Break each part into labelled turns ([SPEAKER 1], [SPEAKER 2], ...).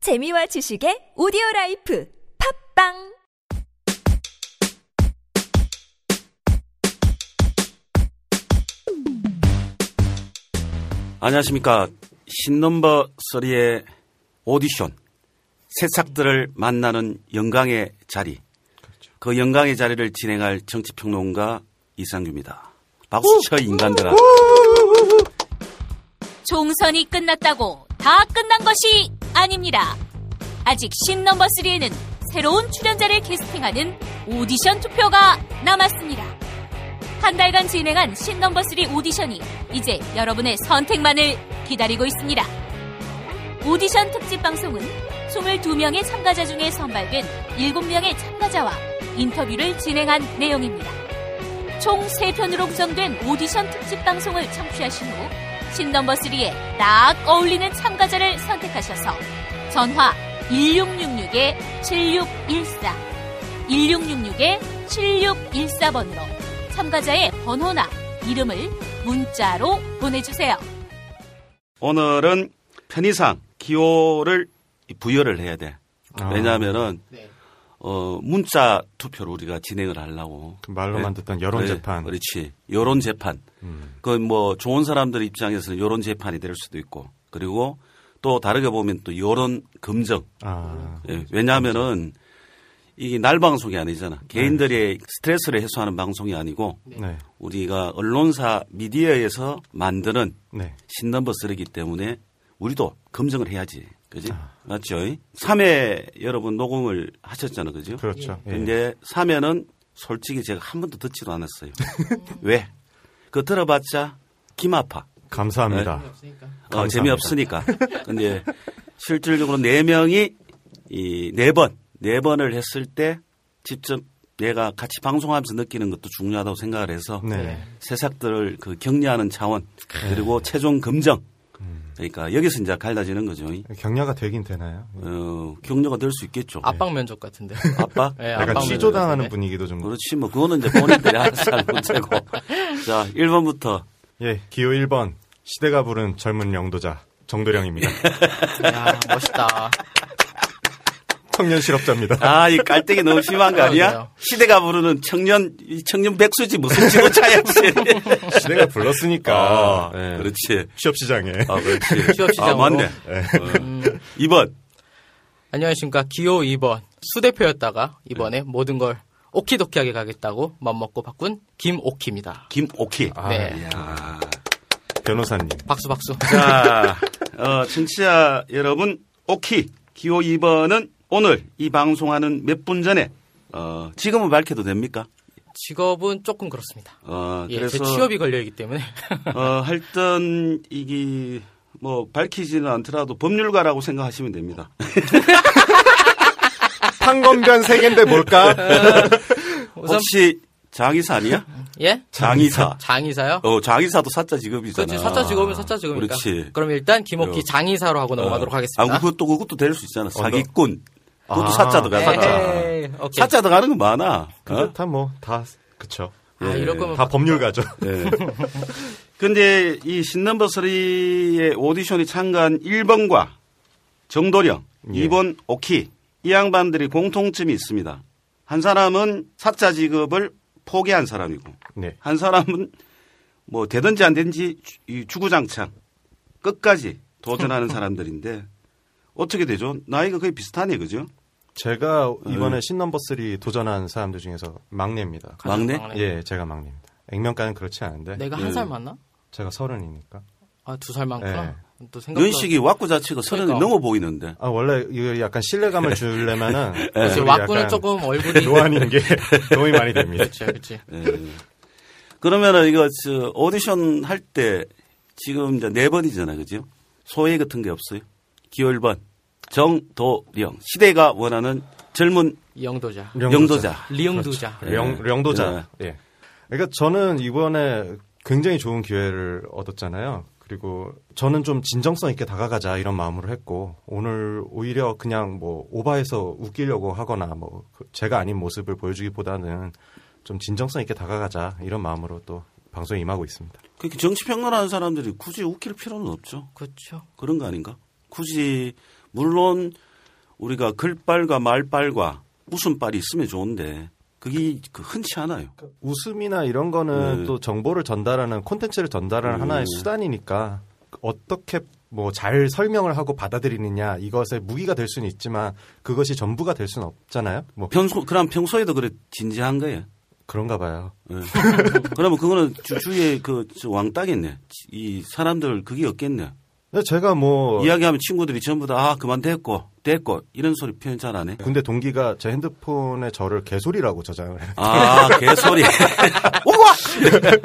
[SPEAKER 1] 재미와 지식의 오디오 라이프 팝빵
[SPEAKER 2] 안녕하십니까. 신넘버 3의 오디션 새싹들을 만나는 영광의 자리.
[SPEAKER 3] 그렇죠.
[SPEAKER 2] 그 영광의 자리를 진행할 정치평론가 이상규입니다. 박수쳐 인간들아.
[SPEAKER 4] 총선이 끝났다고 다 끝난 것이 아닙니다. 아직 신 넘버 3에는 새로운 출연자를 캐스팅하는 오디션 투표가 남았습니다. 한 달간 진행한 신 넘버 3 오디션이 이제 여러분의 선택만을 기다리고 있습니다. 오디션 특집 방송은 22명의 참가자 중에 선발된 7명의 참가자와 인터뷰를 진행한 내용입니다. 총 3편으로 구성된 오디션 특집 방송을 청취하신 후 신넘버 3에 딱 어울리는 참가자를 선택하셔서 전화 1666-7614, 1666-7614번으로 참가자의 번호나 이름을 문자로 보내주세요.
[SPEAKER 2] 오늘은 편의상 기호를 부여를 해야 돼.
[SPEAKER 3] 아.
[SPEAKER 2] 왜냐하면은 어, 문자 투표를 우리가 진행을 하려고. 네.
[SPEAKER 3] 그 말로만 듣던 여론 재판. 음.
[SPEAKER 2] 그렇지. 여론 재판. 그 뭐 좋은 사람들 입장에서는 여론 재판이 될 수도 있고. 그리고 또 다르게 보면 또 여론 검정.
[SPEAKER 3] 아,
[SPEAKER 2] 예, 왜냐하면은 이게 날 방송이 아니잖아. 개인들의 스트레스를 해소하는 방송이 아니고
[SPEAKER 3] 네.
[SPEAKER 2] 우리가 언론사 미디어에서 만드는
[SPEAKER 3] 네.
[SPEAKER 2] 신넘버 쓰기 때문에 우리도 검증을 해야지. 그지?
[SPEAKER 3] 아.
[SPEAKER 2] 맞죠? 3회 여러분 녹음을 하셨잖아. 그죠?
[SPEAKER 3] 그렇죠. 예.
[SPEAKER 2] 근데 3회는 솔직히 제가 한 번도 듣지도 않았어요. 왜? 그 들어봤자 김 아파.
[SPEAKER 3] 감사합니다.
[SPEAKER 2] 어,
[SPEAKER 3] 감사합니다.
[SPEAKER 2] 재미없으니까. 근데 실질적으로 네 명이 이네 번, 네 번을 했을 때 직접 내가 같이 방송하면서 느끼는 것도 중요하다고 생각을 해서
[SPEAKER 3] 네.
[SPEAKER 2] 새싹들을 그 격려하는 차원 그리고 최종 검정
[SPEAKER 3] 음.
[SPEAKER 2] 그러니까 여기서 이제 갈라지는 거죠.
[SPEAKER 3] 격려가 되긴 되나요?
[SPEAKER 2] 어, 격려가 될 수 있겠죠.
[SPEAKER 3] 네.
[SPEAKER 5] 압박 면접 같은데.
[SPEAKER 2] 아, 아빠?
[SPEAKER 5] 예,
[SPEAKER 3] 약간
[SPEAKER 5] 압박
[SPEAKER 3] 취조당하는
[SPEAKER 5] 면접 같은데.
[SPEAKER 3] 분위기도 좀.
[SPEAKER 2] 네. 그렇지 뭐 그거는 이제 본인들이 알아서 할 문제고. 자, 1번부터
[SPEAKER 3] 예, 기호 1번 시대가 부른 젊은 영도자 정도령입니다.
[SPEAKER 2] 네.
[SPEAKER 5] 야 멋있다.
[SPEAKER 3] 청년 실업자입니다.
[SPEAKER 2] 아, 이 깔때기 너무 심한 거 아니야?
[SPEAKER 5] 그러게요.
[SPEAKER 2] 시대가 부르는 청년, 이 청년 백수지 무슨 지도차야, 무슨. 네,
[SPEAKER 3] 시대가 불렀으니까. 예.
[SPEAKER 2] 그렇지.
[SPEAKER 3] 취업 시장에.
[SPEAKER 2] 네. 아, 그렇지.
[SPEAKER 5] 취업시장으로. 음.
[SPEAKER 2] 아, 맞네. 어. 2번.
[SPEAKER 5] 안녕하십니까 기호 2번 수대표였다가 이번에
[SPEAKER 2] 네.
[SPEAKER 5] 모든 걸 오키도키하게 가겠다고 맘먹고 바꾼 김오키입니다.
[SPEAKER 2] 김옥희.
[SPEAKER 5] 네.
[SPEAKER 2] 아.
[SPEAKER 3] 변호사님.
[SPEAKER 5] 박수 박수.
[SPEAKER 2] 자, 어, 청취자 여러분, 오키. 기호 2번은 오늘 이 방송하는 몇 분 전에, 어, 지금은 밝혀도 됩니까?
[SPEAKER 5] 직업은 조금 그렇습니다.
[SPEAKER 2] 어,
[SPEAKER 5] 예,
[SPEAKER 2] 그래서.
[SPEAKER 5] 제 취업이 걸려 있기 때문에
[SPEAKER 2] 어, 하여튼, 이게, 뭐, 밝히지는 않더라도 법률가라고 생각하시면 됩니다.
[SPEAKER 3] 판검변 세개인데
[SPEAKER 2] 네.
[SPEAKER 3] 뭘까?
[SPEAKER 5] 어, 우선
[SPEAKER 2] 혹시 장의사 아니야?
[SPEAKER 5] 예
[SPEAKER 2] 장의사.
[SPEAKER 5] 장의사요.
[SPEAKER 2] 어, 장의사도 사자 직업이잖아.
[SPEAKER 5] 그렇지 사자 직업은 사자 직업이니까.
[SPEAKER 2] 그렇지.
[SPEAKER 5] 그럼 일단 김옥희
[SPEAKER 2] 요.
[SPEAKER 5] 장의사로 하고 넘어가도록 하겠습니다.
[SPEAKER 2] 아, 그것도 그것도 될 수 있잖아. 사기꾼. 그것도 사자 들어가.
[SPEAKER 5] 에이,
[SPEAKER 2] 사자.
[SPEAKER 5] 네, 오케이.
[SPEAKER 2] 사자 들어가는 거 많아.
[SPEAKER 3] 근데 다 뭐, 다, 그쵸.
[SPEAKER 5] 아, 이럴 거면
[SPEAKER 3] 다 법률가죠.
[SPEAKER 2] 예. 근데 이 신넘버 3의 오디션에 참가한 1번과 정도령,
[SPEAKER 3] 예.
[SPEAKER 2] 2번 오키 이 양반들이 공통점이 있습니다. 한 사람은 사자 직업을 포기한 사람이고
[SPEAKER 3] 네.
[SPEAKER 2] 한 사람은 뭐 되든지 안 되든지 주- 이 주구장창 끝까지 도전하는 사람들인데 어떻게 되죠? 나이가 거의 비슷하네, 그죠?
[SPEAKER 3] 제가
[SPEAKER 2] 네.
[SPEAKER 3] 이번에 신넘버3 도전한 사람들 중에서 막내입니다.
[SPEAKER 5] 가장
[SPEAKER 2] 막내? 예.
[SPEAKER 3] 예, 제가 막내입니다. 액면가는 그렇지 않은데.
[SPEAKER 5] 내가 한 살 많나?
[SPEAKER 3] 제가 서른이니까.
[SPEAKER 5] 아 두 살 많구나. 또 생각보다
[SPEAKER 2] 연식이 왁구 자체가 서른
[SPEAKER 5] 그러니까.
[SPEAKER 2] 넘어 보이는데.
[SPEAKER 3] 아, 원래 이거 약간 신뢰감을 주려면은.
[SPEAKER 5] 네.
[SPEAKER 2] 예.
[SPEAKER 5] 그렇지,
[SPEAKER 3] 우리
[SPEAKER 5] 와꾸는
[SPEAKER 3] 약간
[SPEAKER 5] 조금 얼굴이
[SPEAKER 3] 노안인 게 도움이 많이 됩니다.
[SPEAKER 5] 그렇지 그렇지.
[SPEAKER 2] 예. 그러면은 이거 저 오디션 할 때 지금 이제 네 번이잖아요, 그죠? 소외 같은 게 없어요. 기열번 정도령 시대가 원하는 젊은
[SPEAKER 5] 영도자.
[SPEAKER 2] 영도자.
[SPEAKER 5] 리영도자.
[SPEAKER 3] 령, 령도자. 예. 그러니까 저는 이번에 굉장히 좋은 기회를 얻었잖아요. 그리고 저는 좀 진정성 있게 다가가자 이런 마음으로 했고 오늘 오히려 그냥 뭐 오바해서 웃기려고 하거나 뭐그 제가 아닌 모습을 보여주기보다는 좀 진정성 있게 다가가자 이런 마음으로 또 방송에 임하고 있습니다.
[SPEAKER 2] 그렇게 정치 평론하는 사람들이 굳이 웃길 필요는 없죠.
[SPEAKER 5] 그렇죠.
[SPEAKER 2] 그런 거 아닌가? 굳이 물론 우리가 글빨과 말빨과 웃음빨이 있으면 좋은데 그게 그 흔치 않아요.
[SPEAKER 3] 웃음이나 이런 거는
[SPEAKER 2] 네.
[SPEAKER 3] 또 정보를 전달하는 콘텐츠를 전달하는
[SPEAKER 2] 음.
[SPEAKER 3] 하나의 수단이니까 어떻게 뭐 잘 설명을 하고 받아들이느냐 이것의 무기가 될 수는 있지만 그것이 전부가 될 수는 없잖아요. 뭐
[SPEAKER 2] 평소 그럼 평소에도 그래 진지한 거예요.
[SPEAKER 3] 그런가 봐요.
[SPEAKER 2] 예. 그러면 그거는 주, 주위에 그 저 왕따겠네. 이 사람들 그게 없겠네.
[SPEAKER 3] 근데 제가 뭐
[SPEAKER 2] 이야기하면 친구들이 전부 다 아 그만 됐고 됐고 이런 소리 표현 잘 안 해.
[SPEAKER 3] 군대 동기가 제 핸드폰에 저를 개소리라고 저장을 해요.
[SPEAKER 2] 아 개소리. 우와.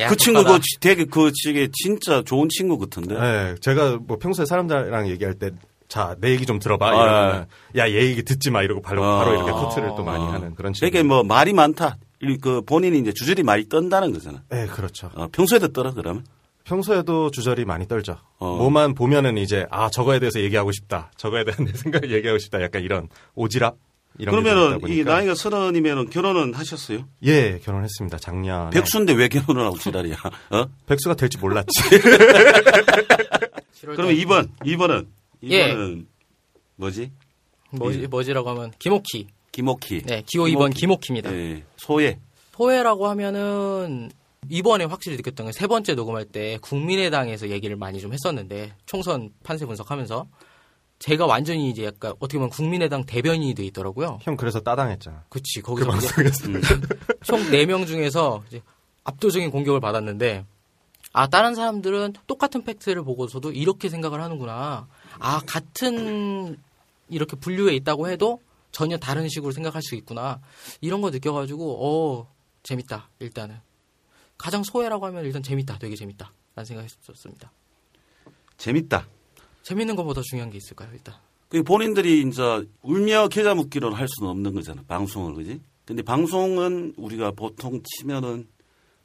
[SPEAKER 5] 야,
[SPEAKER 2] 그 친구 그
[SPEAKER 5] 똑똑하다.
[SPEAKER 2] 지- 되게 그 되게 진짜 좋은 친구 같은데.
[SPEAKER 3] 네, 제가 뭐 평소에 사람들랑 얘기할 때 자, 내 얘기 좀 들어봐.
[SPEAKER 2] 아,
[SPEAKER 3] 이러면 야, 얘 얘기 듣지 마. 이러고 바로,
[SPEAKER 2] 아.
[SPEAKER 3] 바로 이렇게 커트를 또 많이
[SPEAKER 2] 아.
[SPEAKER 3] 하는 그런 친구.
[SPEAKER 2] 되게 뭐 말이 많다. 이- 그 본인이 이제 주절이 많이 떤다는 거잖아.
[SPEAKER 3] 네, 그렇죠.
[SPEAKER 2] 어, 평소에도 떨어 그러면.
[SPEAKER 3] 평소에도 주저리 많이 떨죠.
[SPEAKER 2] 어.
[SPEAKER 3] 뭐만 보면은 이제 아 저거에 대해서 얘기하고 싶다. 저거에 대한 내 생각을 얘기하고 싶다. 약간 이런 오지랖 이런 게좀 있다
[SPEAKER 2] 그러면은 이
[SPEAKER 3] 보니까.
[SPEAKER 2] 나이가 서른이면은 결혼은 하셨어요?
[SPEAKER 3] 예 결혼했습니다. 작년
[SPEAKER 2] 백수인데 왜 결혼을 하고 지랄이야? 어?
[SPEAKER 3] 백수가 될지 몰랐지.
[SPEAKER 2] 그러면 2번, 2번은
[SPEAKER 5] 예.
[SPEAKER 2] 2번은 뭐지? 예.
[SPEAKER 5] 뭐지 뭐지라고 하면 김옥희.
[SPEAKER 2] 김옥희.
[SPEAKER 5] 네, 기호 2번 김옥희입니다.
[SPEAKER 2] 예. 소예.
[SPEAKER 5] 소회라고 하면은 이번에 확실히 느꼈던 게 세 번째 녹음할 때 국민의당에서 얘기를 많이 좀 했었는데 총선 판세 분석하면서 제가 완전히 이제 약간 어떻게 보면 국민의당 대변인이 돼 있더라고요.
[SPEAKER 3] 형 그래서 따당했잖아.
[SPEAKER 5] 그치
[SPEAKER 3] 그
[SPEAKER 5] 거기서 음.
[SPEAKER 3] 방송에서
[SPEAKER 5] 총 4명 중에서 이제 압도적인 공격을 받았는데, 아, 다른 사람들은 똑같은 팩트를 보고서도 이렇게 생각을 하는구나. 아, 같은 이렇게 분류에 있다고 해도 전혀 다른 식으로 생각할 수 있구나. 이런 거 느껴가지고, 어, 재밌다, 일단은. 가장 소외라고 하면 일단 재밌다, 되게 재밌다. 라는 생각했었습니다.
[SPEAKER 2] 재밌다.
[SPEAKER 5] 재밌는 것보다 중요한 게 있을까요, 일단?
[SPEAKER 2] 그 본인들이 이제 울며 계좌 묶기를 할 수는 없는 거잖아. 방송을 그지? 근데 방송은 우리가 보통 치면은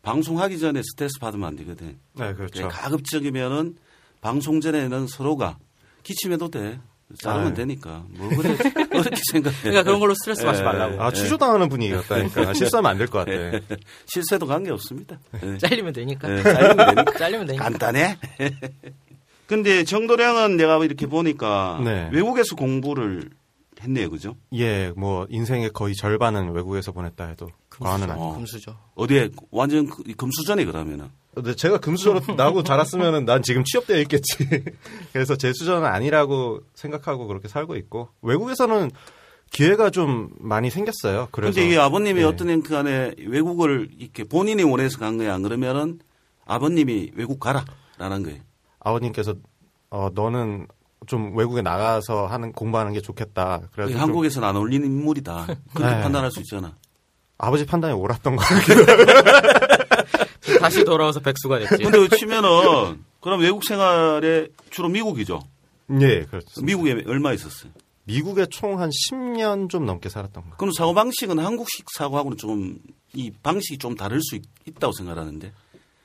[SPEAKER 2] 방송하기 전에 스트레스 받으면 안 되거든.
[SPEAKER 3] 네 그렇죠.
[SPEAKER 2] 가급적이면은 방송 전에는 서로가 기침해도 돼. 자르면
[SPEAKER 3] 아유.
[SPEAKER 2] 되니까. 뭐 그래 그렇게 생각해.
[SPEAKER 5] 그러니까 그런 걸로 스트레스 받지 말라고.
[SPEAKER 2] 네.
[SPEAKER 3] 아 추조당하는 분위기였다니까 실수하면 안 될 것 같아.
[SPEAKER 2] 실세도 관계 없습니다.
[SPEAKER 3] 네.
[SPEAKER 2] 예.
[SPEAKER 5] 잘리면 되니까.
[SPEAKER 2] 예, 잘리면 되니까.
[SPEAKER 5] 잘리면 되니까.
[SPEAKER 2] 간단해. 근데 정도량은 내가 이렇게 보니까
[SPEAKER 3] 네.
[SPEAKER 2] 외국에서 공부를 했네요, 그죠?
[SPEAKER 3] 예, 뭐 인생의 거의 절반은 외국에서 보냈다 해도 과언은 아니.
[SPEAKER 2] 어.
[SPEAKER 5] 금수저.
[SPEAKER 2] 어디에 완전 그- 금수전이 그러면은.
[SPEAKER 3] 근데 제가 금수저로 나고 자랐으면은 난 지금 취업되어 있겠지. 그래서 제 수저는 아니라고 생각하고 그렇게 살고 있고 외국에서는 기회가 좀 많이 생겼어요. 그래서
[SPEAKER 2] 근데 이 아버님이
[SPEAKER 3] 예.
[SPEAKER 2] 어떤 앵크 안에 외국을 이렇게 본인이 원해서 간 거야. 안 그러면은 아버님이 외국 가라라는 거예요.
[SPEAKER 3] 아버님께서 어, 너는 좀 외국에 나가서 하는 공부하는 게 좋겠다. 그래서 좀
[SPEAKER 2] 한국에서는 안 어울리는 인물이다. 그렇게
[SPEAKER 3] 네.
[SPEAKER 2] 판단할 수 있잖아.
[SPEAKER 3] 아버지 판단이 옳았던 것 같기도 해요.
[SPEAKER 5] 다시 돌아와서 백수가 됐지.
[SPEAKER 2] 근데 치면은 그럼 외국 생활에 주로 미국이죠.
[SPEAKER 3] 예, 그렇죠.
[SPEAKER 2] 미국에 얼마 있었어요?
[SPEAKER 3] 미국에 총 한 10년 좀 넘게 살았던 것 같아요.
[SPEAKER 2] 그럼 사고 방식은 한국식 사고하고는 좀 이 방식이 좀 다를 수 있, 다고 생각하는데.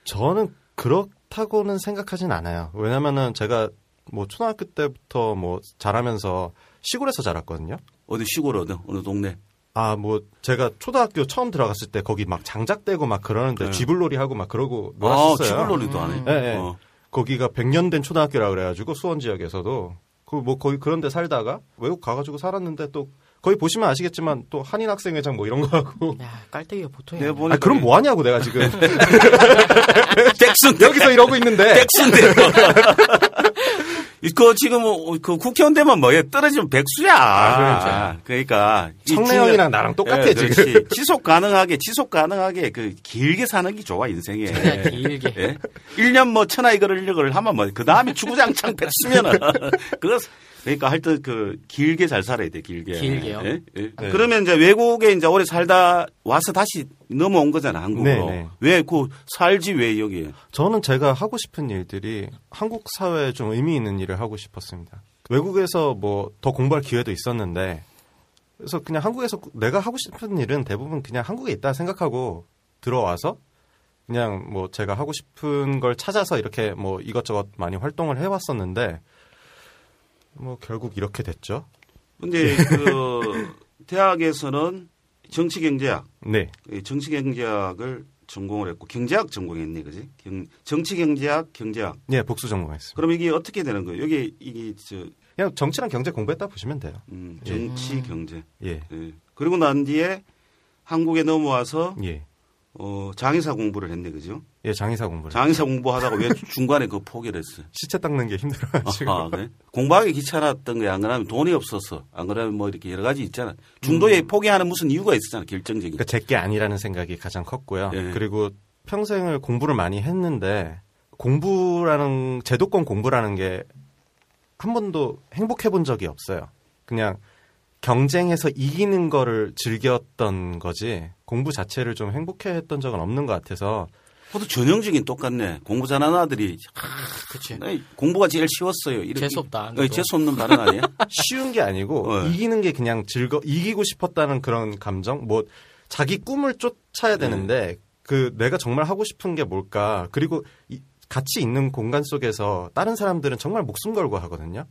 [SPEAKER 3] 저는 그렇다고는 생각하진 않아요. 왜냐면은 제가 뭐 초등학교 때부터 뭐 자라면서 시골에서 자랐거든요.
[SPEAKER 2] 어디 시골 어느 어느 동네.
[SPEAKER 3] 아, 뭐, 제가 초등학교 처음 들어갔을 때 거기 막 장작대고 막 그러는데
[SPEAKER 2] 네.
[SPEAKER 3] 쥐불놀이 뭐 하고 막 그러고
[SPEAKER 2] 아,
[SPEAKER 3] 놀았었어요.
[SPEAKER 2] 시골놀이도 안 해.
[SPEAKER 3] 예, 예.
[SPEAKER 2] 어.
[SPEAKER 3] 거기가 100년 된 초등학교라 그래가지고 수원 지역에서도 그 뭐 거의 그런 데 살다가 외국 가가지고 살았는데 또 거기 보시면 아시겠지만 또 한인학생회장 뭐 이런 거 하고.
[SPEAKER 5] 야, 깔때기가 네, 보통이
[SPEAKER 2] 내가
[SPEAKER 5] 아니야.
[SPEAKER 2] 보니까
[SPEAKER 3] 아, 그럼 뭐 하냐고 내가 지금.
[SPEAKER 2] 아, 잭슨
[SPEAKER 3] 여기서 이러고 있는데.
[SPEAKER 2] 백수인데. 이거 지금 어, 그 국회의원대만 뭐예 떨어지면 백수야.
[SPEAKER 3] 그렇죠.
[SPEAKER 2] 그러니까 이
[SPEAKER 3] 청래
[SPEAKER 2] 중요-
[SPEAKER 3] 형이랑 나랑 똑같아,
[SPEAKER 2] 예,
[SPEAKER 3] 지금.
[SPEAKER 2] 그렇지. 지속 가능하게 지속 가능하게 그 길게 사는 게 좋아 인생에.
[SPEAKER 3] 네,
[SPEAKER 5] 그냥 길게.
[SPEAKER 2] 예? 1년 뭐 천하 이거를 이거를 하면 뭐 그 다음에 주구장창 백수면은 그거 그러니까 하여튼 그 길게 잘 살아야 돼 길게.
[SPEAKER 5] 길게요?
[SPEAKER 2] 예? 예. 그러면 이제 외국에 이제 오래 살다 와서 다시 넘어온 거잖아
[SPEAKER 3] 네, 네.
[SPEAKER 2] 한국으로. 왜 그 살지 왜 여기에?
[SPEAKER 3] 저는 제가 하고 싶은 일들이 한국 사회에 좀 의미 있는 일을 하고 싶었습니다. 외국에서 뭐 더 공부할 기회도 있었는데 그래서 그냥 한국에서 내가 하고 싶은 일은 대부분 그냥 한국에 있다 생각하고 들어와서 그냥 뭐 제가 하고 싶은 걸 찾아서 이렇게 뭐 이것저것 많이 활동을 해왔었는데 뭐 결국 이렇게 됐죠.
[SPEAKER 2] 근데 그 대학에서는 정치경제학,
[SPEAKER 3] 네,
[SPEAKER 2] 이 정치경제학을 전공을 했고 경제학 전공했네, 그지? 경- 정치경제학, 경제학.
[SPEAKER 3] 예 복수 전공했습니다.
[SPEAKER 2] 그럼 이게 어떻게 되는 거예요? 여기 이게 저
[SPEAKER 3] 그냥 정치랑 경제 공부했다 보시면 돼요.
[SPEAKER 2] 음, 정치, 경제.
[SPEAKER 3] 예.
[SPEAKER 2] 예. 그리고 난 뒤에 한국에 넘어와서
[SPEAKER 3] 예.
[SPEAKER 2] 어, 장의사 공부를 했네, 그죠?
[SPEAKER 3] 예, 장의사 공부를.
[SPEAKER 2] 장의사 공부하다가 왜 중간에 그 포기를 했어요?
[SPEAKER 3] 시체 닦는 게 힘들어가지고.
[SPEAKER 2] 아, 그래? 공부하기 귀찮았던 게 안 그러면 돈이 없어서 안 그러면 뭐 이렇게 여러 가지 있잖아.
[SPEAKER 3] 음.
[SPEAKER 2] 중도에 포기하는 무슨 이유가 있었잖아, 결정적인.
[SPEAKER 3] 그러니까 제게 아니라는 생각이 가장 컸고요.
[SPEAKER 2] 예.
[SPEAKER 3] 그리고 평생을 공부를 많이 했는데 공부라는 제도권 공부라는 게 한 번도 행복해 본 적이 없어요. 그냥 경쟁에서 이기는 거를 즐겼던 거지 공부 자체를 좀 행복해 했던 적은 없는 것 같아서
[SPEAKER 2] 그것도 전형적인 똑같네. 공부 잘하는 아들이
[SPEAKER 5] 그치.
[SPEAKER 3] 네.
[SPEAKER 2] 에이, 공부가 제일 쉬웠어요. 이렇게.
[SPEAKER 5] 재수없다,
[SPEAKER 2] 어,
[SPEAKER 5] 너도.
[SPEAKER 2] 재수없는 발언 아니야?
[SPEAKER 3] 쉬운 게 아니고
[SPEAKER 2] 네.
[SPEAKER 3] 이기는 게 그냥 즐거 이기고 싶었다는 그런 감정 뭐 자기 꿈을 쫓아야
[SPEAKER 2] 네.
[SPEAKER 3] 되는데 그 내가 정말 하고 싶은 게 뭘까 그리고 이- 같이 있는 공간 속에서 다른 사람들은 정말 목숨 걸고 하거든요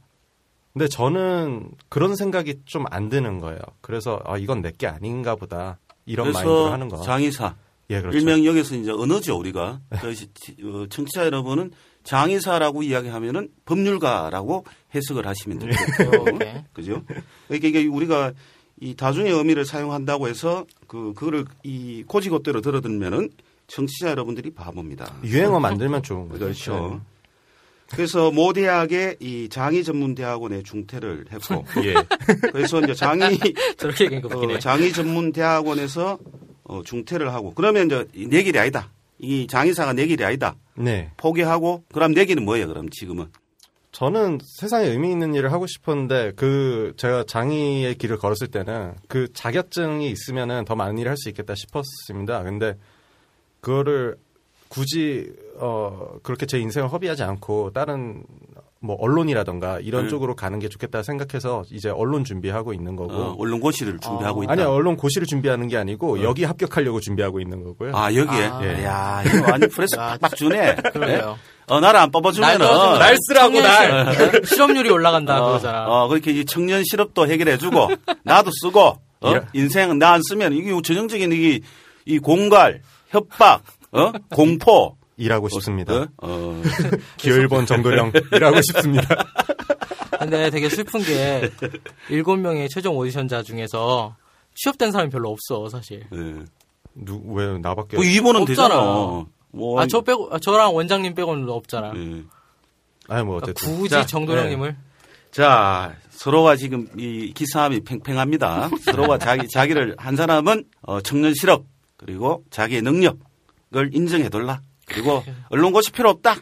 [SPEAKER 3] 근데 저는 그런 생각이 좀 안 드는 거예요 그래서 아 이건 내 게 아닌가 보다 이런 마인드로
[SPEAKER 2] 그래서
[SPEAKER 3] 하는 거
[SPEAKER 2] 장의사.
[SPEAKER 3] 예, 그렇죠.
[SPEAKER 2] 일명 여기서 이제 언어죠, 우리가. 그래서 어, 청취자 여러분은 장의사라고 이야기하면은 법률가라고 해석을 하시면 됩니다.
[SPEAKER 3] 네.
[SPEAKER 5] 이렇게.
[SPEAKER 2] 그죠? 그러니까 이게 우리가 이 다중의 의미를 사용한다고 해서 그, 그거를 이 고지고대로 들어들면은 청취자 여러분들이 바보입니다.
[SPEAKER 3] 유행어 만들면 좋은 거죠
[SPEAKER 2] 그렇죠. 그래서 모 대학의 이 장의 전문 대학원에 중퇴를 했고
[SPEAKER 3] 예
[SPEAKER 2] 그래서 이제 장의
[SPEAKER 5] 저렇게 얘기한 거
[SPEAKER 2] 어,
[SPEAKER 5] 웃기네.
[SPEAKER 2] 장의 전문 대학원에서 어, 중퇴를 하고 그러면 이제 이내 길이 아니다. 이 장의사가 내 길이 아니다.
[SPEAKER 3] 네
[SPEAKER 2] 포기하고 그럼 내 길은 뭐예요? 그럼 지금은
[SPEAKER 3] 저는 세상에 의미 있는 일을 하고 싶었는데 그 제가 장의의 길을 걸었을 때는 그 자격증이 있으면은 더 많은 일을 할 수 있겠다 싶었습니다. 근데 그거를 굳이 어 그렇게 제 인생을 허비하지 않고 다른 뭐 언론이라던가 이런
[SPEAKER 2] 네.
[SPEAKER 3] 쪽으로 가는 게 좋겠다 생각해서 이제 언론 준비하고 있는 거고
[SPEAKER 2] 어, 언론고시를 준비하고 있다. 어.
[SPEAKER 3] 아니 언론 고시를 준비하는 게 아니고 여기 합격하려고 준비하고 있는 거고요.
[SPEAKER 2] 아 여기에
[SPEAKER 5] 아.
[SPEAKER 2] 예. 야 이거 완전 프레스 팍팍 주네.
[SPEAKER 5] 그러네요.
[SPEAKER 2] 어 나를 안
[SPEAKER 5] 날
[SPEAKER 2] 뽑아주면은
[SPEAKER 5] 떨어지면
[SPEAKER 2] 날
[SPEAKER 5] 청년 실- 실업률이 올라간다
[SPEAKER 2] 어,
[SPEAKER 5] 그러잖아.
[SPEAKER 2] 어, 그렇게 이 청년 실업도 해결해주고 나도 쓰고 어?
[SPEAKER 3] 이런-
[SPEAKER 2] 인생 나 안 쓰면 이게 전형적인 이게 이 공갈 협박 어? 공포
[SPEAKER 3] 일하고 싶습니다.
[SPEAKER 2] 어? 어.
[SPEAKER 3] 기열본 정도령 일하고 싶습니다.
[SPEAKER 5] 근데 되게 슬픈 게 일곱 명의 최종 오디션자 중에서 취업된 사람이 별로 없어 사실.
[SPEAKER 2] 예.
[SPEAKER 3] 누 왜 나밖에
[SPEAKER 2] 뭐 2번은
[SPEAKER 5] 없잖아.
[SPEAKER 2] 되잖아. 뭐,
[SPEAKER 5] 아 저 빼고 아, 저랑 원장님 빼고는 없잖아.
[SPEAKER 2] 예.
[SPEAKER 3] 아니 뭐
[SPEAKER 5] 그러니까
[SPEAKER 3] 어쨌든
[SPEAKER 5] 굳이
[SPEAKER 2] 자,
[SPEAKER 5] 정도령님을
[SPEAKER 2] 자, 서로가 지금 이 기싸움이 팽팽합니다. 서로가 자기, 자기를, 한 사람은 어, 청년 실업, 그리고 자기의 능력을 인정해둘라. 그리고 언론고시 필요 없다.